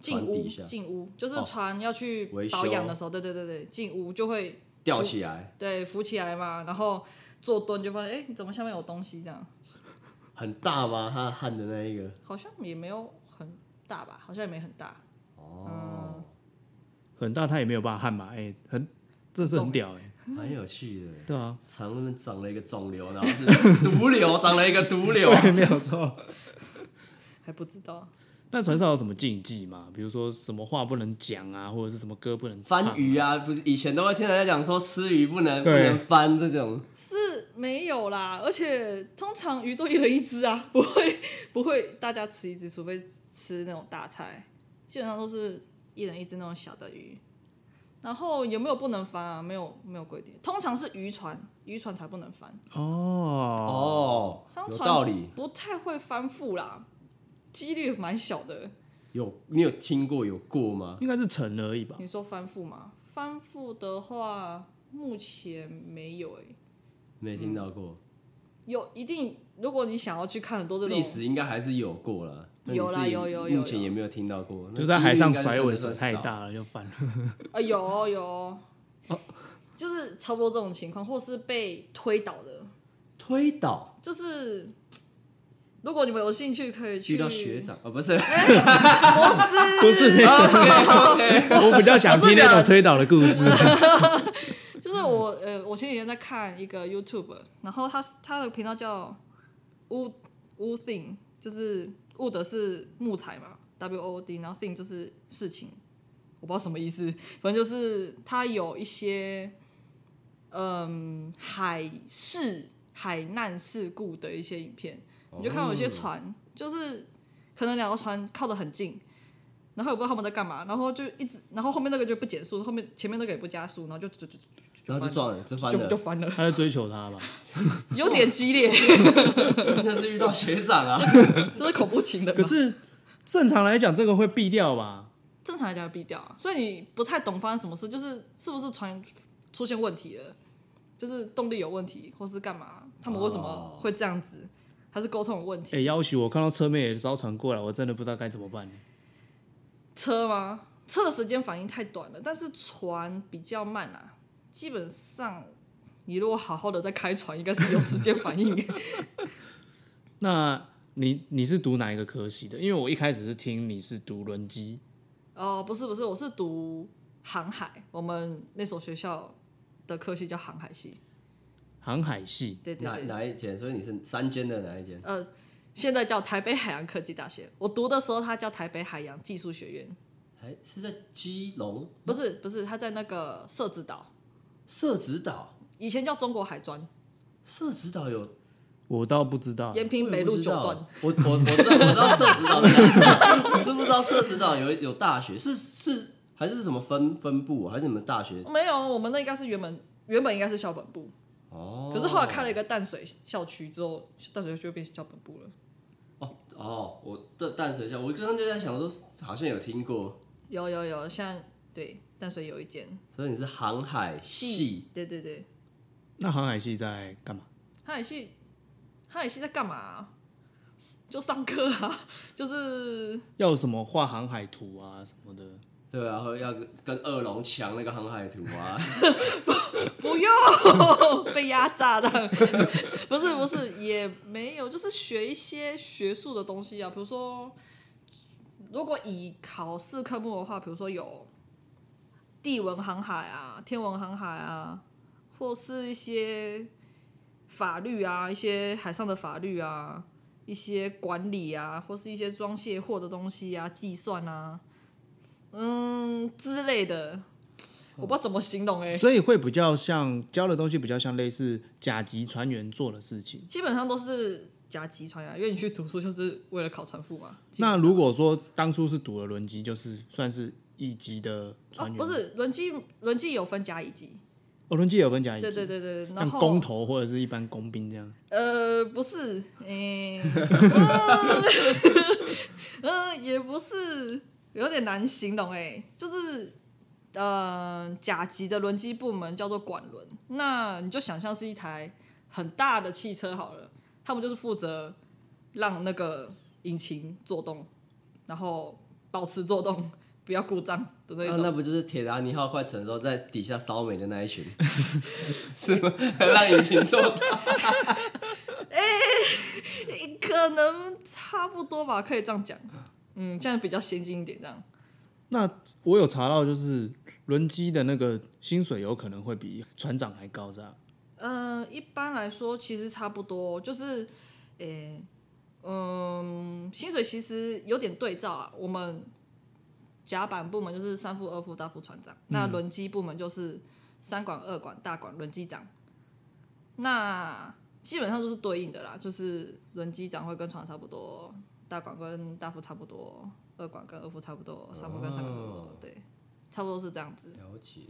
Speaker 3: 进
Speaker 1: 船
Speaker 3: 屋
Speaker 1: 底下
Speaker 3: 进屋就是
Speaker 1: 哦
Speaker 3: 船要去
Speaker 1: 维
Speaker 3: 保养
Speaker 1: 修
Speaker 3: 的时候，对对对对，进屋就会
Speaker 1: 吊起来，
Speaker 3: 对浮起来嘛，然后坐蹲就发现，哎、你怎么下面有东西这样？
Speaker 1: 很大吗？它焊的那一个，
Speaker 3: 好像也没有很大吧，好像也没很大，
Speaker 2: 很大，他也没有办法焊吧？哎、很，这是很屌、哎，
Speaker 1: 蛮有趣的。
Speaker 2: 对啊，
Speaker 1: 肠那边长了一个肿瘤，然后是毒瘤，长了一个毒 瘤。
Speaker 2: 对， 没有错。
Speaker 3: 还不知道。
Speaker 2: 那船上有什么禁忌吗？比如说什么话不能讲啊，或者是什么歌不能唱、
Speaker 1: 啊
Speaker 2: 啊
Speaker 1: 翻鱼，啊，不是以前都会听人家讲说吃鱼不能不
Speaker 2: 对
Speaker 1: 能翻这种，
Speaker 3: 是是没有啦，而且通常鱼都一人一只啊， 不会不会大家吃一只，除非吃那种大菜，基本上都是一人一只那种小的鱼。然后有没有不能翻啊？没有没有规定，通常是渔船，渔船才不能翻。
Speaker 2: 哦
Speaker 1: 哦，
Speaker 3: 商
Speaker 1: 有
Speaker 3: 船
Speaker 1: 道理。
Speaker 3: 不太会翻覆啦，几率蛮小的。
Speaker 1: 有你有听过有过吗？
Speaker 2: 应该是成而已吧。
Speaker 3: 你说翻覆吗？翻覆的话，目前没有诶、欸
Speaker 1: 没听到过，
Speaker 3: 有一定。如果你想要去看很多这种
Speaker 1: 历史应该还是有过啦。那你
Speaker 3: 有啦
Speaker 1: 自己
Speaker 3: 有有有
Speaker 1: 目前
Speaker 3: 有
Speaker 1: 也没有听到过。那
Speaker 2: 就在海上
Speaker 1: 几率应该
Speaker 2: 甩
Speaker 1: 是
Speaker 2: 尾
Speaker 1: 真
Speaker 2: 甩
Speaker 1: 的
Speaker 2: 太
Speaker 1: 算少，
Speaker 2: 大了就翻了。
Speaker 3: 啊，有哦有哦， 就是差不多这种情况，或是被推倒的，
Speaker 1: 推倒
Speaker 3: 就是如果你们有兴趣，可以去
Speaker 1: 遇到学长哦，不 是
Speaker 3: 摩斯，
Speaker 2: 不是那种，我比较想听那种推倒的故事。
Speaker 1: 啊
Speaker 3: 就是我呃，我前几天在看一个 YouTube，然后他他的频道叫 Wood Wood Thing，就是 Wood 是木材嘛，W O O D，然后 Thing 就是事情，我不知道什么意思，反正就是他有一些嗯海事、海难事故的一些影片，你就看到有些船就是可能两个船靠得很近，然后也不知道他们在干嘛，然后就一直，然后后面那个就不减速，后面前面那个也不加速，然后就就就
Speaker 1: 然后就撞了，就翻
Speaker 3: 就就
Speaker 1: 了，
Speaker 3: 翻了，
Speaker 2: 他在追求他吧？
Speaker 3: 有点激 烈，
Speaker 1: 那是遇到学长啊。
Speaker 3: 这是恐怖情人
Speaker 2: 可
Speaker 3: 嘛。
Speaker 2: 是正常来讲，这个会避掉吧？
Speaker 3: 正常来讲要避掉啊，所以你不太懂发生什么事，就是是不是船出现问题了，就是动力有问题，或是干嘛？他们为什么
Speaker 1: 哦
Speaker 3: 会这样子？还是沟通有问题？
Speaker 2: 哎、要许我看到车妹也艘船过来，我真的不知道该怎么办。
Speaker 3: 车吗？车的时间反应太短了，但是船比较慢啊。基本上，你如果好好的在开船，应该是有时间反 应。
Speaker 2: 那你你是读哪一个科系的？因为我一开始是听你是读轮机，
Speaker 3: 哦，不是不是，我是读航海，我们那所学校的科系叫航海系。
Speaker 2: 航海系。
Speaker 3: 对对
Speaker 1: 哪
Speaker 3: 对，
Speaker 1: 哪一间？所以你是三间的哪一间？
Speaker 3: 呃，现在叫台北海洋科技大学，我读的时候它叫台北海洋技术学院，
Speaker 1: 还哎是在基隆
Speaker 3: 不是不是，它在那个社子岛，
Speaker 1: 社子岛？
Speaker 3: 以前叫中国海专，
Speaker 1: 社子岛有
Speaker 2: 我倒不知道，
Speaker 3: 延平北路九段。
Speaker 1: 啊我也不知道。我我我知道我知道社子岛在哪， 我是不知道社子岛有有大学，是是还是什么分分部，啊还是你们大学？
Speaker 3: 没有，我们那应该是原本原本应该是校本部，
Speaker 1: 哦，
Speaker 3: 可是后来开了一个淡水校区之后，淡水校区就变校本部了。
Speaker 1: 哦哦，我的淡水校，我刚刚就在想说，好像有听过，
Speaker 3: 有有有，像对淡水有一间
Speaker 1: 所以你是航海系，
Speaker 3: 对对对，
Speaker 2: 那航海系在干嘛？
Speaker 3: 航海系，航海系在干嘛啊、就上课啊， 就是
Speaker 2: 要什么画航海图啊什么的？
Speaker 1: 对啊，会要跟跟二龙抢那个航海图啊，
Speaker 3: 不用 被压榨的，不是不是也没有，就是学一些学术的东西啊，比如说，如果以考试科目的话，比如说有地文航海啊、天文航海啊，或是一些法律啊、一些海上的法律啊、一些管理啊，或是一些装卸货的东西啊、计算啊，嗯之类的。我不知道怎么形容哎、
Speaker 2: 所以会比较像教的东西，比较像类似甲级船员做的事情。
Speaker 3: 基本上都是甲级船啊员，因为你去读书就是为了考船副嘛。
Speaker 2: 那如果说当初是读了轮机，就是算是一级的
Speaker 3: 哦
Speaker 2: 船，员，
Speaker 3: 不是轮机，轮机有分甲乙级，
Speaker 2: 哦，轮机也有分甲乙级，
Speaker 3: 对对对对，对然
Speaker 2: 像
Speaker 3: 后
Speaker 2: 工头或者是一般工兵这样。
Speaker 3: 呃不是，诶、呃呃也不是，有点难形容哎、就是呃甲级的轮机部门叫做管轮，那你就想象是一台很大的汽车好了，他们就是负责让那个引擎做动，然后保持做动，不要故障的 那一
Speaker 1: 那
Speaker 3: 种。
Speaker 1: 啊那不就是铁达尼号快沉的时候在底下烧煤的那一 群，是吗？让引擎做到
Speaker 3: 可能差不多吧，可以这样讲。嗯，这样比较先进一点，这样。
Speaker 2: 那我有查到，就是轮机的那个薪水有可能会比船长还高，是吧？
Speaker 3: 呃，一般来说其实差不多，就是，诶、嗯，薪水其实有点对照啊。我们甲板部门就是三副、二副、大副船长，那轮机部门就是三管、二管、大管轮机长。那基本上就是对应的啦，就是轮机长会跟船差不多，大管跟大副差不多，二管跟二副差不多，三副跟三副差不多，
Speaker 1: 哦
Speaker 3: 对，差不多是这样子。
Speaker 1: 了解。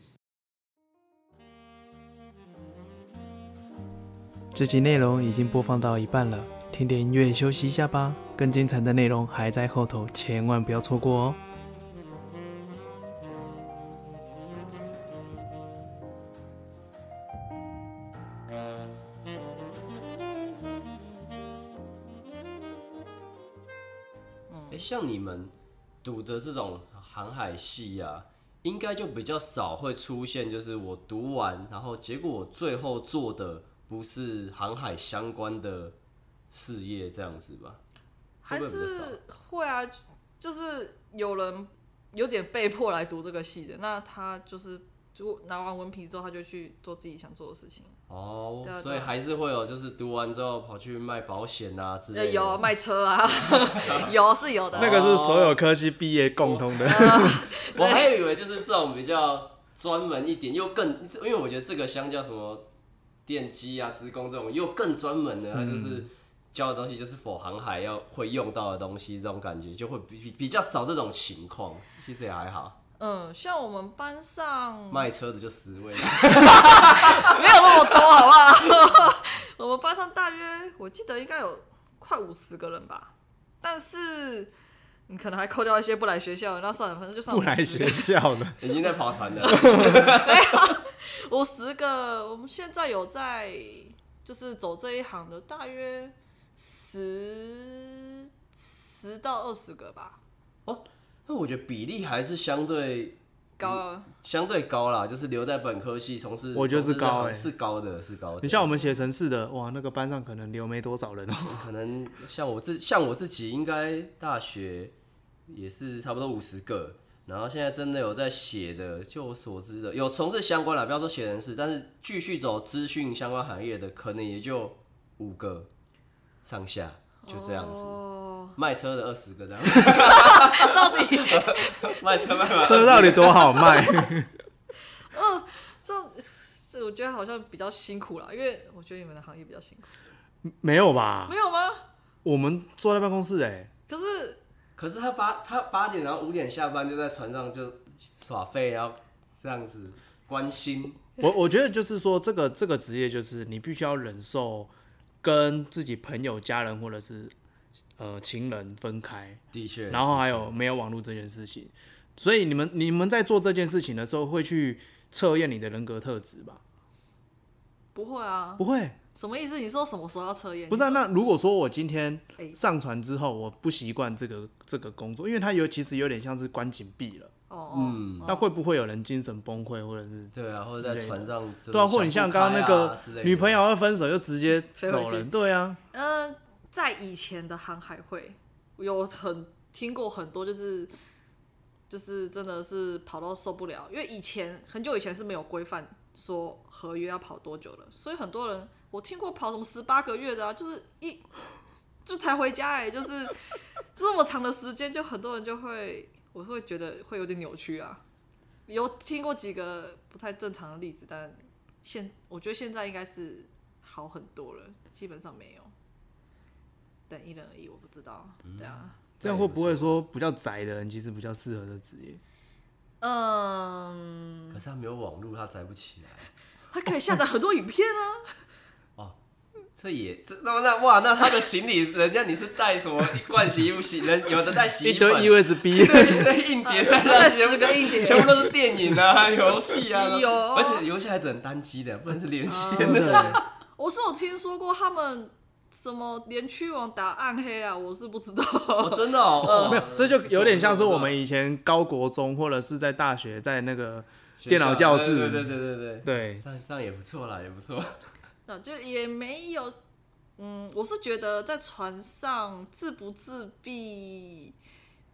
Speaker 4: 这集内容已经播放到一半了，听点音乐休息一下吧。更精彩的内容还在后头，千万不要错过哦。
Speaker 1: 哎、像你们读的这种航海系啊，应该就比较少会出现，就是我读完，然后结果我最后做的不是航海相关的事业这样子吧？
Speaker 3: 还
Speaker 1: 会不会比较少
Speaker 3: 是会啊，就是有人有点被迫来读这个系的，那他就是就拿完文凭之后，他就去做自己想做的事情。
Speaker 1: 哦
Speaker 3: 对啊，
Speaker 1: 所以
Speaker 3: 对啊
Speaker 1: 还是会有，就是读完之后跑去卖保险啊之
Speaker 3: 呃，
Speaker 1: 类的。
Speaker 3: 有卖车啊， 有啊是有的。
Speaker 2: 那个是所有科系毕业共通的。
Speaker 1: 我还以为就是这种比较专门一点，又更，因为我觉得这个相较什么电机啊、职工这种又更专门
Speaker 3: 嗯
Speaker 1: 的，它就是教的东西就是否航海要会用到的东西，这种感觉就会比比比较少这种情况。其实也还好，
Speaker 3: 嗯，像我们 班上
Speaker 1: 卖车的就十位了，
Speaker 3: 没有那么多，好不好？ 我们班上大约我记得应该有快五十个人吧，但是你可能还扣掉一些不来学校的，那算了，反正就 算
Speaker 2: 不来
Speaker 3: 50
Speaker 2: 学校的，
Speaker 1: 已经在跑船了。
Speaker 3: 五十个，我们现在有在就是走这一行的，大约十十到二十个吧，
Speaker 1: 那我觉得比例还是相对
Speaker 3: 高、
Speaker 2: 嗯
Speaker 1: 相对高啦，就是留在本科系从事，
Speaker 2: 我觉得是
Speaker 1: 从事这行
Speaker 2: 高欸
Speaker 1: 是高的，是高的。
Speaker 2: 你像我们写城市的，哇，那个班上可能留没多少 人哦。
Speaker 1: 可能像我自像我自己，应该大学也是差不多五十个，然后现在真的有在写的，就我所知的有从事相关的，不要说写人事，但是继续走资讯相关行业的，可能也就五个上下，就这样子。
Speaker 3: 哦，
Speaker 1: 卖车的二十个这样，
Speaker 3: 到底
Speaker 1: 卖车卖完，
Speaker 2: 车到底多好 卖？
Speaker 3: 这是我觉得好像比较辛苦啦，因为我觉得你们的行业比较辛苦，
Speaker 2: 没有吧
Speaker 3: 没？有吗？
Speaker 2: 我们坐在办公室哎，
Speaker 3: 可是
Speaker 1: 可是他八他八点然后五点下班就在船上就耍废，然后这样子关心。
Speaker 2: 我我觉得就是说，这个这个职业就是你必须要忍受跟自己朋友、家人或者是呃情人分开，
Speaker 1: 的确，
Speaker 2: 然后还有没有网络这件事情。所以你们你们在做这件事情的时候，会去测验你的人格特质吧？
Speaker 3: 不会啊，
Speaker 2: 不会，
Speaker 3: 什么意思？你说什么时候要测验？
Speaker 2: 不是、啊。
Speaker 3: 你说
Speaker 2: 那如果说我今天
Speaker 3: 哎
Speaker 2: 上船之后，我不习惯这个这个工作，因为它有其实有点像是关紧闭了，
Speaker 3: 哦哦，
Speaker 1: 嗯
Speaker 2: 那会不会有人精神崩溃，或者是
Speaker 1: 对啊，或者在
Speaker 2: 之类的
Speaker 1: 船上就是想不开啊、
Speaker 2: 对啊？或者你像刚刚那个
Speaker 1: 啊之类的
Speaker 2: 女朋友要分手就直接
Speaker 3: 飞回
Speaker 2: 走
Speaker 3: 去
Speaker 2: 人，对啊，
Speaker 3: 呃，在以前的航海会，有很听过很多，就是就是真的是跑到受不了，因为以前很久以前是没有规范说合约要跑多久的，所以很多人我听过跑什么十八个月的啊，就是一就才回家哎、就是 这么长的时间，就很多人就会我会觉得会有点扭曲啊。有听过几个不太正常的例子，但现我觉得现在应该是好很多了，基本上没有。但因人而异，我不知道。对啊，
Speaker 2: 这样会不会说比较宅的人其实比较适合的职业？
Speaker 3: 嗯，
Speaker 1: 可是他没有网络，他载不起来。
Speaker 3: 他可以下载很多影片 啊。
Speaker 1: 这也这那那哇，那他的行李，人家你是带什么一罐洗衣服洗人，有的带洗
Speaker 2: 一
Speaker 1: 衣粉，
Speaker 2: 堆 USB，
Speaker 1: 对一堆硬碟在那
Speaker 3: 带
Speaker 1: 全部
Speaker 3: 10个硬碟
Speaker 1: 全部都是电影啊、游戏啊，
Speaker 3: 有
Speaker 1: 而且游戏还只能单机的，不能是联机
Speaker 2: 真
Speaker 1: 的。
Speaker 2: 的
Speaker 3: 我是有听说过他们什么连区网打暗黑啊，我是不知道。
Speaker 1: 哦，真的哦，啊
Speaker 2: 没有，这就有点像是我们
Speaker 1: 一
Speaker 2: 以前高国中或者是在大学在那个电脑教室
Speaker 1: 啊对对对对对对，
Speaker 2: 对
Speaker 1: 这样这样也不错啦，也不 错。
Speaker 3: 那就也没有，嗯，我是觉得在船上自不自闭，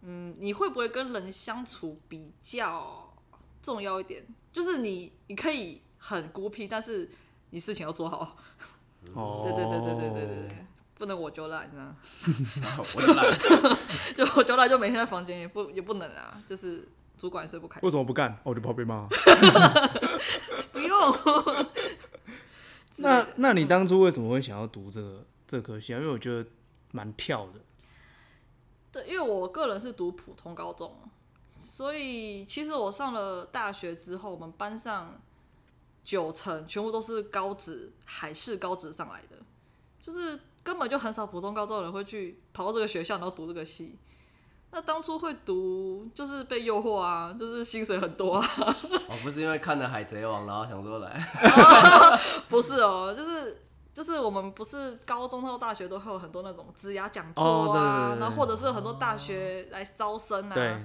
Speaker 3: 嗯，你会不会跟人相处比较重要一点？就是你，你可以很孤僻，但是你事情要做好。
Speaker 2: 哦，
Speaker 3: 对对对对对对对对，不能我就懒啊，
Speaker 1: 哦 我就懒，
Speaker 3: 就我就懒，就每天在房间也不也不能啊，就是主管也是不开
Speaker 2: 为，什么不干？哦我就怕被骂。
Speaker 3: 不用。之类
Speaker 2: 那
Speaker 3: 的
Speaker 2: 那你当初为什么会想要读这个这科系啊？因为我觉得蛮跳的。
Speaker 3: 对，因为我个人是读普通高中，所以其实我上了大学之后，我们班上九成全部都是高职海事高职上来的，就是根本就很少普通高中的人会去跑到这个学校，然后读这个系。那当初会读，就是被诱惑啊，就是薪水很多啊，
Speaker 1: 哦，不是因为看了《海贼王》，然后想说来，
Speaker 3: 不是哦，就是就是我们不是高中到大学都会有很多那种职涯讲座
Speaker 2: 哦对对
Speaker 3: 啊，
Speaker 2: 对对
Speaker 3: 然后或者是有很多大学来招生啊，
Speaker 2: 对，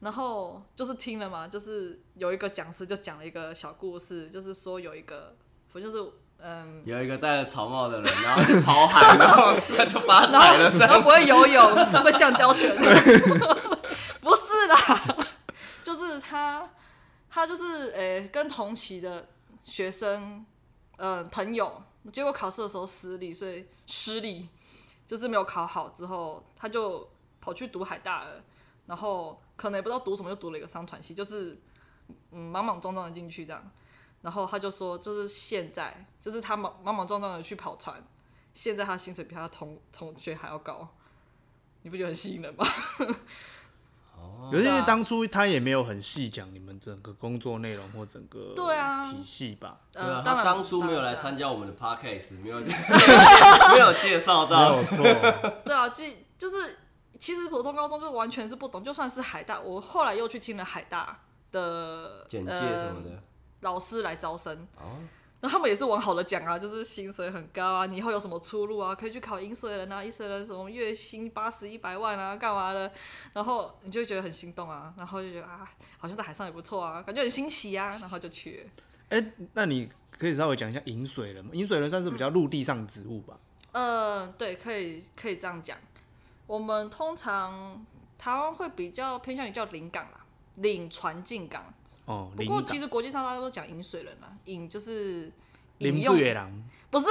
Speaker 3: 然后就是听了嘛，就是有一个讲师就讲了一个小故事，就是说有一个，不就是嗯，
Speaker 1: 有一个戴了草帽的人，然后去跑海，然后他就发
Speaker 3: 然后
Speaker 1: 财了。
Speaker 3: 然后不会游 泳，会橡胶拳， 不是啦，就是他他就是诶、跟同期的学生呃朋友，结果考试的时候失利，所以失利就是没有考好，之后他就跑去读海大了，然后可能也不知道读什么，就读了一个商传系，就是嗯莽莽撞撞的进去这样。然后他就说，就是现在，就是他莽莽莽撞撞的去跑船，现在他薪水比他同同学还要高，你不觉得很吸引人吗？
Speaker 2: 可是因为当初他也没有很细讲你们整个工作内容或整个
Speaker 3: 对啊
Speaker 2: 体系吧，
Speaker 1: 对啊，
Speaker 3: 呃嗯当
Speaker 1: 他
Speaker 3: 然
Speaker 1: 当初没有来参
Speaker 3: 加。
Speaker 1: 加我们的 podcast，没有 没有介绍到，
Speaker 2: 错。
Speaker 3: 对啊，即就是其实普通高中就完全是不懂，就算是海大，我后来又去听了海大的
Speaker 1: 简介
Speaker 3: 呃
Speaker 1: 什么的。
Speaker 3: 老师来招生，
Speaker 1: 哦，
Speaker 3: 然后他们也是往好的讲啊，就是薪水很高啊，你以后有什么出路啊，可以去考银水人啊，银水人什么月薪八十一百万啊，干嘛的？然后你就会觉得很心动啊，然后就觉得啊，好像在海上也不错啊，感觉很新奇啊，然后就去了。
Speaker 2: 哎、那你可以稍微讲一下饮水人吗？饮水人算是比较陆地上植物吧？
Speaker 3: 嗯，对，可以可以这样讲。我们通常台湾会比较偏向于叫领港啦，领船进港。
Speaker 2: 哦，
Speaker 3: 不
Speaker 2: 林
Speaker 3: 过其实国际上大家都讲饮水人啦，饮就是饮
Speaker 2: 林
Speaker 3: 用
Speaker 2: 志，野郎，
Speaker 3: 不是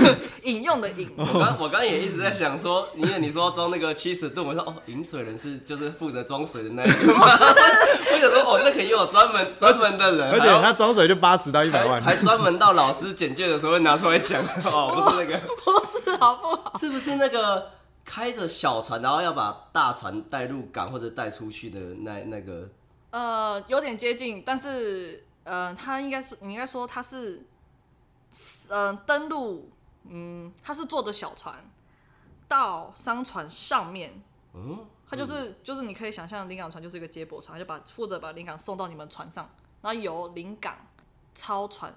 Speaker 3: 饮用的饮。
Speaker 1: 我刚我刚也一直在想说，因为你说要装那个七十吨，我说哦，饮水人是就是负责装水的那一个， 我想说哦，那肯定有专门专门的人，
Speaker 2: 而且
Speaker 1: 还有
Speaker 2: 他装水就八十到一百
Speaker 1: 还
Speaker 2: 万，
Speaker 1: 还专门到老师简介的时候会拿出来讲 哦，不是那个，
Speaker 3: 不是好不好？
Speaker 1: 是不是那个开着小船，然后要把大船带入港或者带出去的那那个？
Speaker 3: 呃，有点接近，但是呃，他应该是你应该说他是，嗯、呃，登陆，嗯，他是坐着小船到商船上面，
Speaker 1: 嗯，
Speaker 3: 它就是、就是你可以想象，临港船就是一个接驳船，它就把负责把临港送到你们船上，然后由临港超船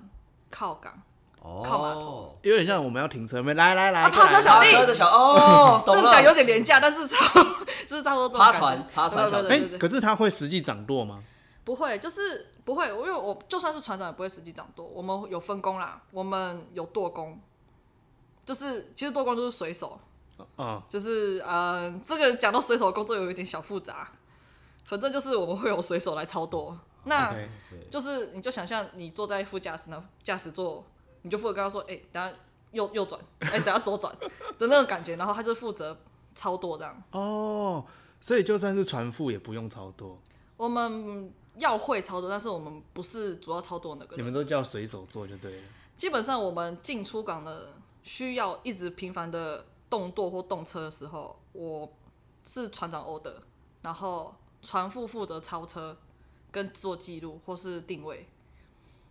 Speaker 3: 靠港。
Speaker 1: 哦，
Speaker 3: 靠码头
Speaker 2: 有点像我们要停车没？来来来，
Speaker 3: 啊趴车
Speaker 2: 来哎
Speaker 3: 小弟
Speaker 1: 爬车的小 哦，
Speaker 3: 这
Speaker 1: 懂
Speaker 3: 样讲有
Speaker 1: 了。
Speaker 3: 点廉价，但是差不多 就是差不多这种
Speaker 1: 趴
Speaker 3: 感觉
Speaker 1: 船趴船小
Speaker 2: 哎、
Speaker 3: 对对对对对
Speaker 2: 可是他会实际掌舵吗？
Speaker 3: 不会，就是不会，因为我就算是船长也不会实际掌舵，我们有分工啦，我们有舵工，就是其实舵工就是水手，
Speaker 2: 嗯，
Speaker 3: 就是呃，这个讲到水手的工作有一点小复杂，反正就是我们会有水手来操舵，那。
Speaker 2: OK
Speaker 3: 就是你就想象你坐在副驾驶那驾驶座，你就负责跟他说，哎、等下右右转，哎、等下左转的那种感觉，然后他就负责操舵这样。
Speaker 2: 哦，所以就算是船副也不用超多，
Speaker 3: 我们要会操作，但是我们不是主要操作那个
Speaker 2: 你
Speaker 3: 人。
Speaker 2: 们都叫水手座就对了。
Speaker 3: 基本上我们进出港的需要一直频繁的动舵或动车的时候，我是船长 order，然后船副负责超车跟做记录或是定位，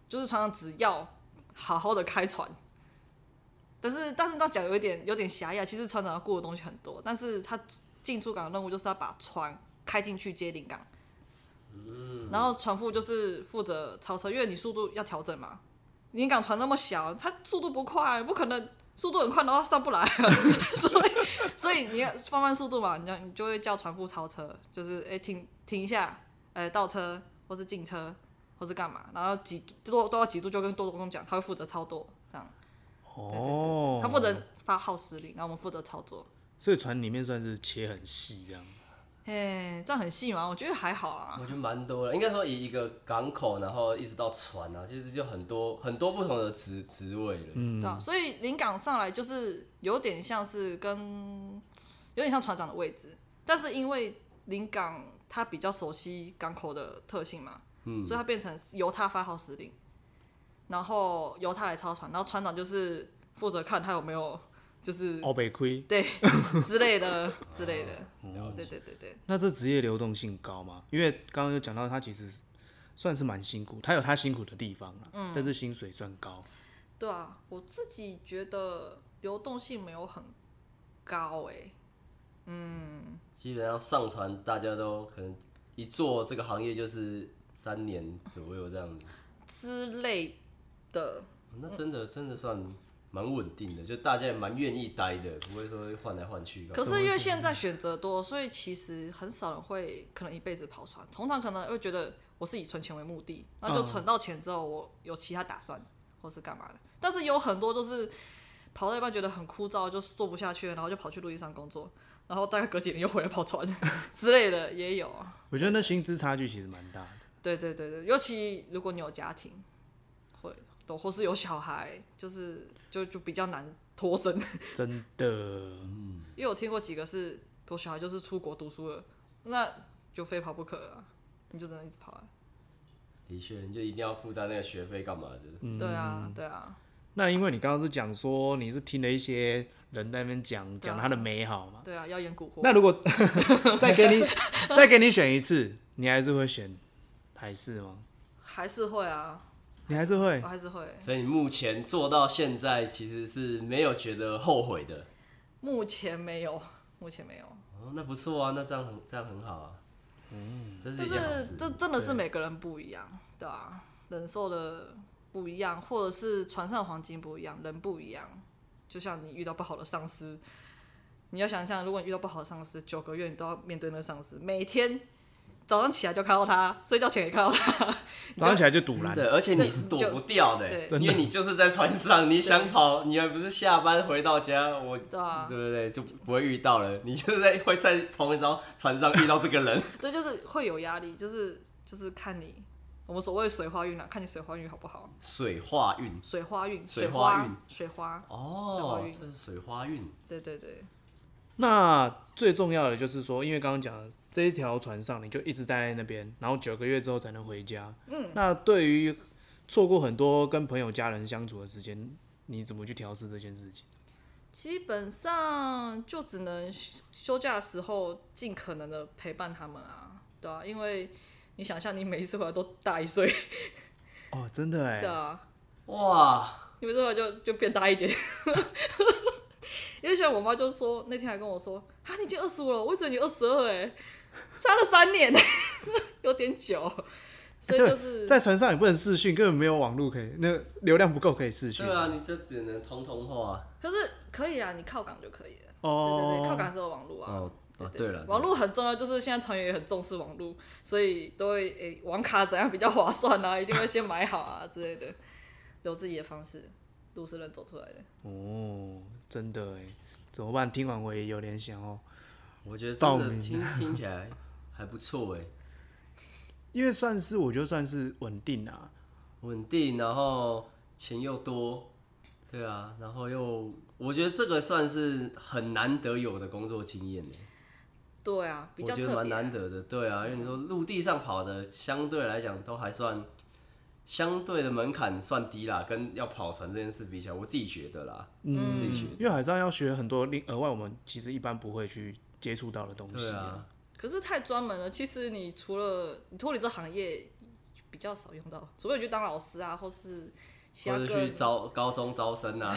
Speaker 3: 就是船长只要好好的开船。但是，但是这样讲有一点有点狭隘。其实船长要顾的东西很多，但是他进出港的任务就是要把船开进去接临港，然后船副就是负责超车，因为你速度要调整嘛，你港船那么小，它速度不快，不可能速度很快，然后它上不来啊， 所以所以你要放慢速度嘛，你就你就会叫船夫超车，就是哎、诶停停一下，哎、倒车或是进车或是干嘛，然后几多多少几度就跟多多工讲，他会负责操作这样，
Speaker 2: 哦，
Speaker 3: 他负责发号施令，然后我们负责操作。
Speaker 2: 所以船里面算是切很细这样。
Speaker 3: 哎，这样很细吗？我觉得还好啊。
Speaker 1: 我觉得蛮多的，应该说以一个港口，然后一直到船啊，其实就很多很多不同的职职位了。嗯，
Speaker 3: 对啊，所以临港上来就是有点像是跟有点像船长的位置，但是因为临港他比较熟悉港口的特性嘛，所以他变成由他发号施令，然后由他来操船，然后船长就是负责看他有没有就是
Speaker 2: 欧哦北亏。
Speaker 3: 对之类的之类的，对对对对，
Speaker 2: 那这职业流动性高吗？因为刚刚有讲到，他其实是算是蛮辛苦，他有他辛苦的地方啦，啊
Speaker 3: 嗯
Speaker 2: 但是薪水算高。
Speaker 3: 对啊，我自己觉得流动性没有很高欸诶、
Speaker 1: 基本上上船大家都可能一做这个行业就是三年左右这样子，
Speaker 3: 之类的，
Speaker 1: 那真的真的算蛮稳定的，就大家也蛮愿意待的，不会说换来换去。
Speaker 3: 可是因为现在选择多，所以其实很少人会可能一辈子跑船，通常可能会觉得我是以存钱为目的，那就存到钱之后，我有其他打算或是干嘛的。但是有很多就是跑到一半觉得很枯燥，就做不下去了，然后就跑去陆地上工作，然后大概隔几年又回来跑船 之类的也有啊。
Speaker 2: 我觉得那薪资差距其实蛮大的。
Speaker 3: 对对对对，尤其如果你有家庭，会都或是有小孩，就是就就比较难脱身。
Speaker 2: 真的，
Speaker 3: 嗯因为我听过几个是，我小孩就是出国读书了，那就非跑不可了啊，你就只能一直跑啊。
Speaker 1: 的确，你就一定要负担那个学费干嘛的？
Speaker 3: 对啊，对啊，
Speaker 2: 那因为你刚刚是讲说你是听了一些人在那边讲
Speaker 3: 对啊
Speaker 2: 讲他的美好嘛，
Speaker 3: 对啊，妖言蛊惑。
Speaker 2: 那 如果再给你再给你选一次，你还是会选台式吗？
Speaker 3: 还是会啊，
Speaker 2: 你还是会
Speaker 3: 我还是会。
Speaker 1: 所以你目前做到现在，其实是没有觉得后悔的。
Speaker 3: 目前没有，目前没有。
Speaker 1: 哦，那不错啊，那这样很这样很好啊。嗯，这是
Speaker 3: 就
Speaker 1: 一件好
Speaker 3: 是
Speaker 1: 事。
Speaker 3: 这真的是每个人不一样，对啊，忍受的不一样，或者是船上的环境不一样，人不一样。就像你遇到不好的上司，你要想象，如果你遇到不好的上司，九个月你都要面对那个上司，每天早上起来就看到他，睡觉前也看到他，
Speaker 2: 早上起来就堵拦，
Speaker 1: 对，而且你是躲不掉的
Speaker 3: 对，
Speaker 1: 因为你就是在船上，你想跑，你还不是下班回到家，我
Speaker 3: 对啊，
Speaker 1: 对不对？就不会遇到了，你就是在会在同一张船上遇到这个人。
Speaker 3: 对，就是会有压力，就是就是看你，我们所谓水花运啊，看你水花运好不好？
Speaker 1: 水化运
Speaker 3: 水花运，
Speaker 1: 水花
Speaker 3: 花
Speaker 1: 运，
Speaker 3: 水花，水化
Speaker 1: 哦，
Speaker 3: 运
Speaker 1: 这是水花运，
Speaker 3: 对对对，
Speaker 2: 那最重要的就是说，因为刚刚讲的这一条船上，你就一直待在那边，然后九个月之后才能回家。嗯，那对于错过很多跟朋友、家人相处的时间，你怎么去调试这件事情？
Speaker 3: 基本上就只能休休假的时候尽可能的陪伴他们啊，对啊，因为你想象你每一次回来都大一岁，
Speaker 2: 哦，真的
Speaker 3: 嗯对
Speaker 2: 哎，
Speaker 3: 啊，
Speaker 1: 哇，
Speaker 3: 你们这回就就变大一点。 因为像我妈就说，那天还跟我说，啊，你已经二十五了，我以为你二十二哎，差了三年， 有点久，所以
Speaker 2: 哎对
Speaker 3: 就是
Speaker 2: 在船上也不能视讯，根本没有网络可以，那流量不够可以视讯。
Speaker 1: 对啊，你就只能通通话。
Speaker 3: 可是可以啊，你靠港就可以了。
Speaker 2: 哦，
Speaker 3: 对对对，靠港是有网络啊。
Speaker 1: 哦
Speaker 3: 对
Speaker 1: 哦，
Speaker 3: 对
Speaker 1: 对了，
Speaker 3: 网络很重要，就是现在船员也很重视网络，所以都会诶、网卡怎样比较划算啊，一定会先买好啊之类的， 有自己的方式，都市人走出来的。
Speaker 2: 哦，真的哎，怎么办？听完我也有点想哦，
Speaker 1: 我觉得
Speaker 2: 报
Speaker 1: 真的
Speaker 2: 名
Speaker 1: 听听起来还不错哎，
Speaker 2: 因为算是我觉得算是稳定啊，
Speaker 1: 稳定，然后钱又多，对啊，然后又我觉得这个算是很难得有的工作经验呢，
Speaker 3: 对啊，比
Speaker 1: 我
Speaker 3: 较
Speaker 1: 觉
Speaker 3: 特
Speaker 1: 得
Speaker 3: 别啊、
Speaker 1: 蛮难得的，对啊，因为你说陆地上跑的，相对来讲都还算。相对的门槛算低啦，跟要跑船这件事比起来，我自己觉得啦，嗯，自己觉
Speaker 2: 因为海上要学很多另额外我们其实一般不会去接触到的东
Speaker 1: 得，
Speaker 2: 西
Speaker 1: 对啊，
Speaker 3: 可是太专门了，其实你除了你脱离这行业，比较少用到，除非你去当老师啊，或是啊其他
Speaker 1: 或者去
Speaker 3: 各
Speaker 1: 招高中招生啊，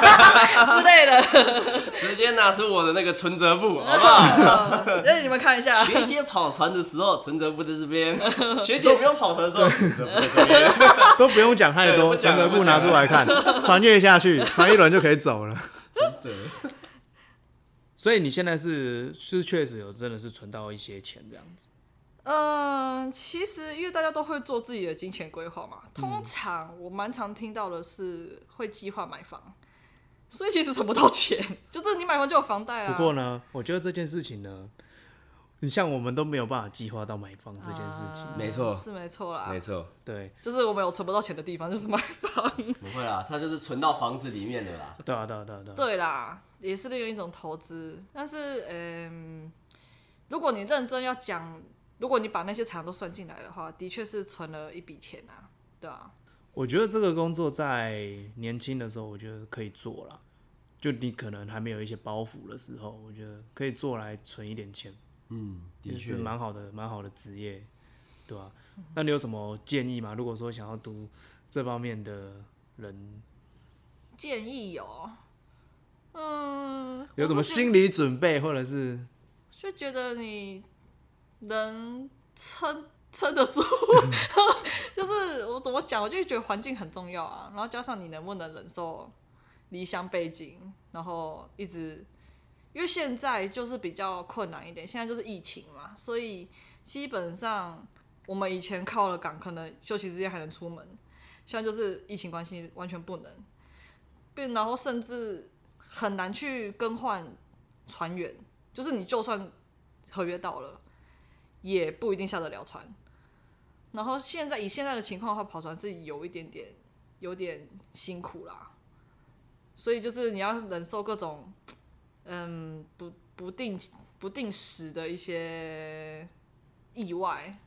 Speaker 3: 之类的。
Speaker 1: 直接拿出我的那个存折 簿，好不好？
Speaker 3: 那你们看一下，
Speaker 1: 哦学姐跑船的时候，存折不在这 边；学姐没有跑船的时候，存折不在这边。
Speaker 2: 都不用讲太
Speaker 1: 对
Speaker 2: 多，
Speaker 1: 不
Speaker 2: 整
Speaker 1: 讲
Speaker 2: 个
Speaker 1: 了
Speaker 2: 布拿出来看，穿越下去，穿一轮就可以走了。
Speaker 1: 对，
Speaker 2: 所以你现在是是确实有真的是存到一些钱这样子，
Speaker 3: 嗯，其实因为大家都会做自己的金钱规划嘛，通常我蛮常听到的是会计划买房，所以其实存不到钱，就是你买房就有房贷啦。啊
Speaker 2: 不过呢，我觉得这件事情呢，你像我们都没有办法计划到买房这件事情，
Speaker 3: 啊
Speaker 1: 没错
Speaker 3: 是没错啦，
Speaker 1: 错，
Speaker 2: 对
Speaker 3: 就是我们有存不到钱的地方，就是买 房。
Speaker 1: 不会啦，他就是存到房子里面的啦。
Speaker 2: 对啊对啊对啊对啊，
Speaker 3: 对啦，也是利用一种投资，但是嗯，如果你认真要讲，如果你把那些财产都算进来的话，的确是存了一笔钱啊，对啊，
Speaker 2: 我觉得这个工作在年轻的时候，我觉得可以做啦。就你可能还没有一些包袱的时候，我觉得可以做来存一点钱，
Speaker 1: 嗯，
Speaker 2: 也
Speaker 1: 的
Speaker 2: 是
Speaker 1: 确，
Speaker 2: 蛮好的，蛮好的职业，对吧、那你有什么建议吗？如果说想要读这方面的人，
Speaker 3: 建议有，嗯，
Speaker 2: 有什么
Speaker 3: 我是觉
Speaker 2: 心理准备，或者是
Speaker 3: 就觉得你能撑撑得住，就是我怎么讲，我就觉得环境很重要啊，然后加上你能不能忍受离乡背景，然后一直，因为现在就是比较困难一点，现在就是疫情嘛，所以基本上我们以前靠了港，可能休息之间还能出门，现在就是疫情关系完全不能，并然后甚至很难去更换船员。就是你就算合约到了，也不一定下得了船。然后现在以现在的情况的话，跑船是有一点点有点辛苦啦，所以就是你要忍受各种嗯不不定不定时的一些意外，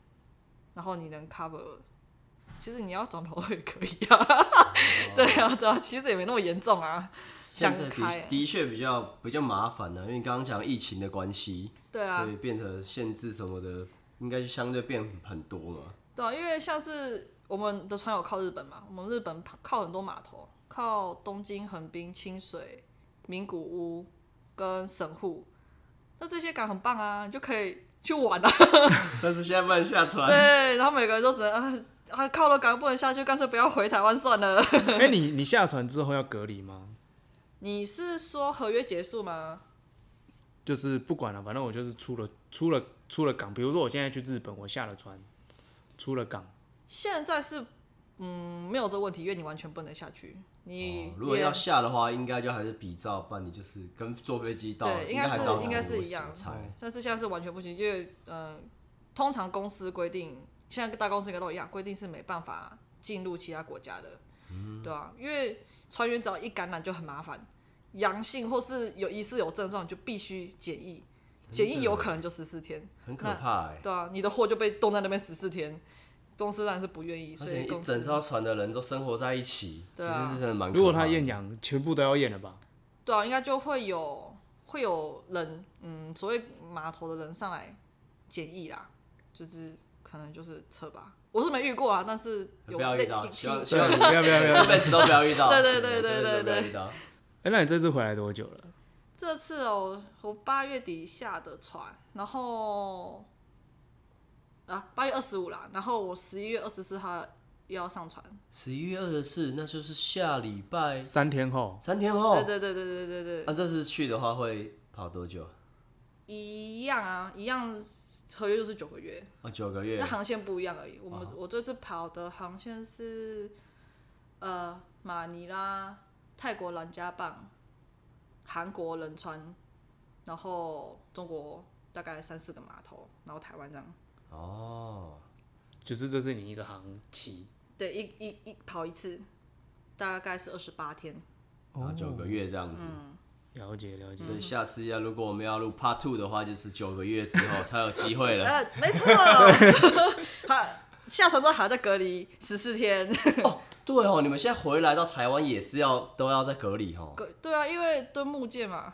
Speaker 3: 然后你能 cover。其实你要转跑道也可以啊， 对啊，对啊，其实也没那么严重啊。
Speaker 1: 现在
Speaker 3: 想开
Speaker 1: 的的确比较比较麻烦啊呢、因为刚刚讲疫情的关系，
Speaker 3: 对啊，
Speaker 1: 所以变得限制什么的，应该就相对变很多嘛。
Speaker 3: 对啊，因为像是我们的船友靠日本嘛，我们日本靠很多码头，靠东京、横滨、清水、名古屋跟神户，那这些港很棒啊，你就可以去玩啊。
Speaker 1: 但是现在不能下船，
Speaker 3: 对，然后每个人都只能啊啊靠了港不能下去，干脆不要回台湾算了。
Speaker 2: 哎、你你下船之后要隔离吗？
Speaker 3: 你是说合约结束吗？
Speaker 2: 就是不管了、反正我就是出了出了出了港。比如说我现在去日本，我下了船，出了港，
Speaker 3: 现在是嗯没有这问题，因为你完全不能下去。你、
Speaker 1: 哦如果要下的话，应该就还是比照办理，就是跟坐飞机到，
Speaker 3: 对应该
Speaker 1: 该还
Speaker 3: 是
Speaker 1: 要
Speaker 3: 应该是
Speaker 1: 打
Speaker 3: 一样
Speaker 1: 我猜
Speaker 3: 但是现在是完全不行，因为呃，通常公司规定，现在大公司应该都一样，规定是没办法进入其他国家的，
Speaker 1: 嗯
Speaker 3: 对啊，因为船员只要一感染就很麻烦，阳性或是有疑似有症状就必须检疫，检疫有可能就十四天，
Speaker 1: 很可怕哎、
Speaker 3: 对啊，你的货就被冻在那边十四天，公司当然是不愿意，
Speaker 1: 而
Speaker 3: 所
Speaker 1: 且
Speaker 3: 以
Speaker 1: 一
Speaker 3: 公
Speaker 1: 整
Speaker 3: 司
Speaker 1: 艘船的人都生活在一起，
Speaker 3: 对啊
Speaker 1: 其实是真的蛮可怕的。
Speaker 2: 如果他验阳，全部都要验了吧？
Speaker 3: 对啊，应该就会有会有人，嗯，所谓码头的人上来检疫啦，就是可能就是车吧，我是没遇过啊，但是有
Speaker 1: 不要遇
Speaker 3: 类
Speaker 1: 到，
Speaker 3: 听
Speaker 1: 希望
Speaker 3: 听
Speaker 1: 希望
Speaker 2: 不要不要不要！
Speaker 1: 这辈子都不要遇到。
Speaker 3: 对对对对
Speaker 1: 这辈子
Speaker 3: 对
Speaker 1: 都不要
Speaker 3: 对
Speaker 1: 遇到。
Speaker 2: 哎、那你这次回来多久了？
Speaker 3: 这次哦，我八月底下的船，然后啊八月二十五啦，然后我十一月二十四号又要上船，
Speaker 1: 十一月二十四，那就是下礼拜
Speaker 2: 三天后，
Speaker 1: 三天后。
Speaker 3: 对对对对对对对，
Speaker 1: 那、这次去的话会跑多久？
Speaker 3: 一样啊，一样合约就是九个月，
Speaker 1: 哦，九个月
Speaker 3: 那。航线不一样而已。我
Speaker 2: 哦
Speaker 3: 们、我这次跑的航线是，呃，马尼拉、泰国兰加棒、韩国仁川，然后中国大概三四个码头，然后台湾这样。
Speaker 1: 哦，
Speaker 2: 就是这是你一个行期，
Speaker 3: 对，一一一跑一次，大概是二十八天。
Speaker 1: 然后九个月这样子。
Speaker 3: 嗯
Speaker 2: 了解了解。
Speaker 1: 所以下次要如果我们要录 Part Two 的话，就是九个月之后才有机会 了。
Speaker 3: 呃，没错。好，下船之后还要再隔离十四天。
Speaker 1: 对哦，你们现在回来到台湾也是要都要在隔离哦。
Speaker 3: 隔对啊，因为蹲木剑嘛，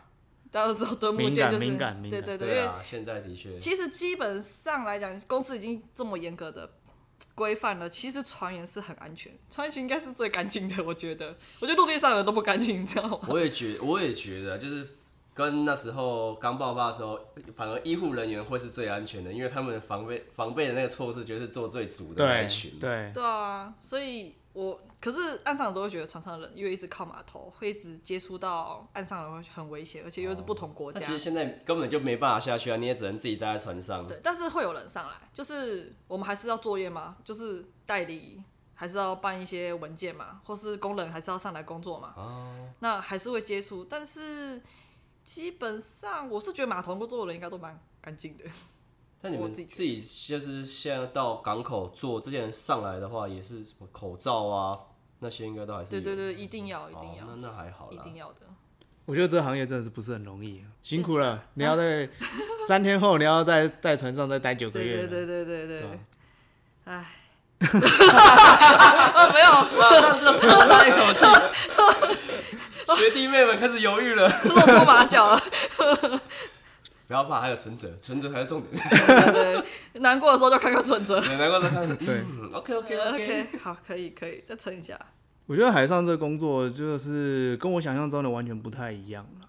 Speaker 3: 大家都知道蹲木剑就是
Speaker 2: 敏感敏感敏感
Speaker 3: 对对对，因
Speaker 1: 对
Speaker 3: 为
Speaker 1: 啊，现在的确
Speaker 3: 其实基本上来讲，公司已经这么严格的规范了，其实船员是很安全，船员应该是最干净的，我觉得。我觉得陆地上的人都不干净，你知道吗？
Speaker 1: 我也觉，我也觉得，就是跟那时候刚爆发的时候，反而医护人员会是最安全的，因为他们的防备防备的那个措施，绝对是做最足的那
Speaker 2: 对
Speaker 1: 一群。
Speaker 2: 对，
Speaker 3: 对啊，所以我可是岸上人都会觉得船上的人，因为一直靠码头，会一直接触到岸上人会很危险，而且又是不同国
Speaker 1: 哦那
Speaker 3: 家。
Speaker 1: 其实现在根本就没办法下去啊，你也只能自己待在船上。
Speaker 3: 对，但是会有人上来，就是我们还是要作业嘛，就是代理还是要办一些文件嘛，或是工人还是要上来工作嘛。那还是会接触，但是基本上我是觉得码头工作的人应该都蛮干净的。
Speaker 1: 那你
Speaker 3: 我
Speaker 1: 们
Speaker 3: 自
Speaker 1: 自
Speaker 3: 己
Speaker 1: 己就是现在到港口做，之前上来的话也是什么口罩啊那些，应该都还是
Speaker 3: 对
Speaker 1: 有
Speaker 3: 对对，一定要一
Speaker 1: 哦
Speaker 3: 定要、
Speaker 1: 那那还好
Speaker 3: 一
Speaker 1: 啦。
Speaker 3: 定要的。
Speaker 2: 我觉得这个行业真的是不是很容易啊，辛苦了。你要 在三天后，你要在在船上再待九个
Speaker 3: 对
Speaker 2: 月
Speaker 3: 对
Speaker 2: 了，
Speaker 3: 对对对对
Speaker 2: 对吧，
Speaker 3: 啊，没有，
Speaker 1: 马上就松了一口气。学弟妹们开始犹豫了，
Speaker 3: 露出马脚了。
Speaker 1: 不要怕，还有存折，存折才是重点。
Speaker 3: 对对，对难过的时候就看看存折。
Speaker 1: 难怪在开始，
Speaker 2: 对
Speaker 1: 嗯，OK OK OK，
Speaker 3: 呃 OK，好，可以可以，再撑一下。
Speaker 2: 我觉得海上这个工作就是跟我想象中的完全不太一样了。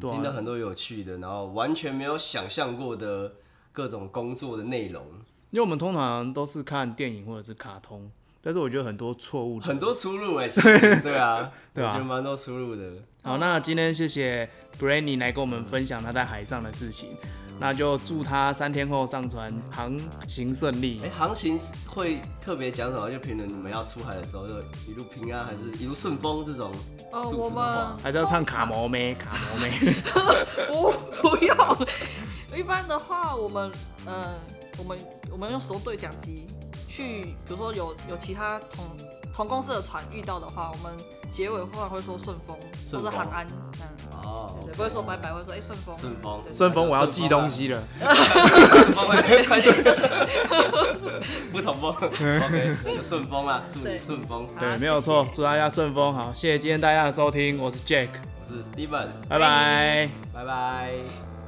Speaker 2: 对
Speaker 1: 嗯
Speaker 2: 啊
Speaker 1: 听到很多有趣的，然后完全没有想象过的各种工作的内 容，
Speaker 2: 因为我们通常都是看电影或者是卡通，但是我觉得很多错误的
Speaker 1: 很多出入哎，其实对啊，
Speaker 2: 对啊
Speaker 1: 我觉得蛮多出入的。
Speaker 2: 好，那今天谢谢 Brandy 来跟我们分享他在海上的事情，那就祝他三天后上船航行顺利
Speaker 1: 哎、。航行会特别讲什么？就评论你们要出海的时候，就一路平安，还是一路顺风这种？
Speaker 3: 哦，
Speaker 1: 祝福的
Speaker 3: 我们
Speaker 1: 话
Speaker 2: 还是要唱卡摩妹，卡摩妹。
Speaker 3: 不不用。一般的话，我们呃，我们我们用手对讲机去，比如说有有其他同同公司的船遇到的话，我们结尾话会说顺风，或
Speaker 1: 顺风
Speaker 3: 是航安，嗯，
Speaker 1: 哦
Speaker 3: 对，对，不会说拜拜，会说哎顺风，
Speaker 1: 顺风
Speaker 3: 对
Speaker 2: 顺丰，我要寄东西 了。
Speaker 1: 顺风啊，快点，不同风。OK，那就顺风啦，祝你
Speaker 3: 对
Speaker 1: 顺风。
Speaker 3: 好
Speaker 2: 对，
Speaker 3: 啊
Speaker 2: 没有错，祝大家顺风。好，谢谢今天大家的收听，我是 Jack，
Speaker 1: 我是 Steven，
Speaker 2: 拜拜。
Speaker 1: 拜拜。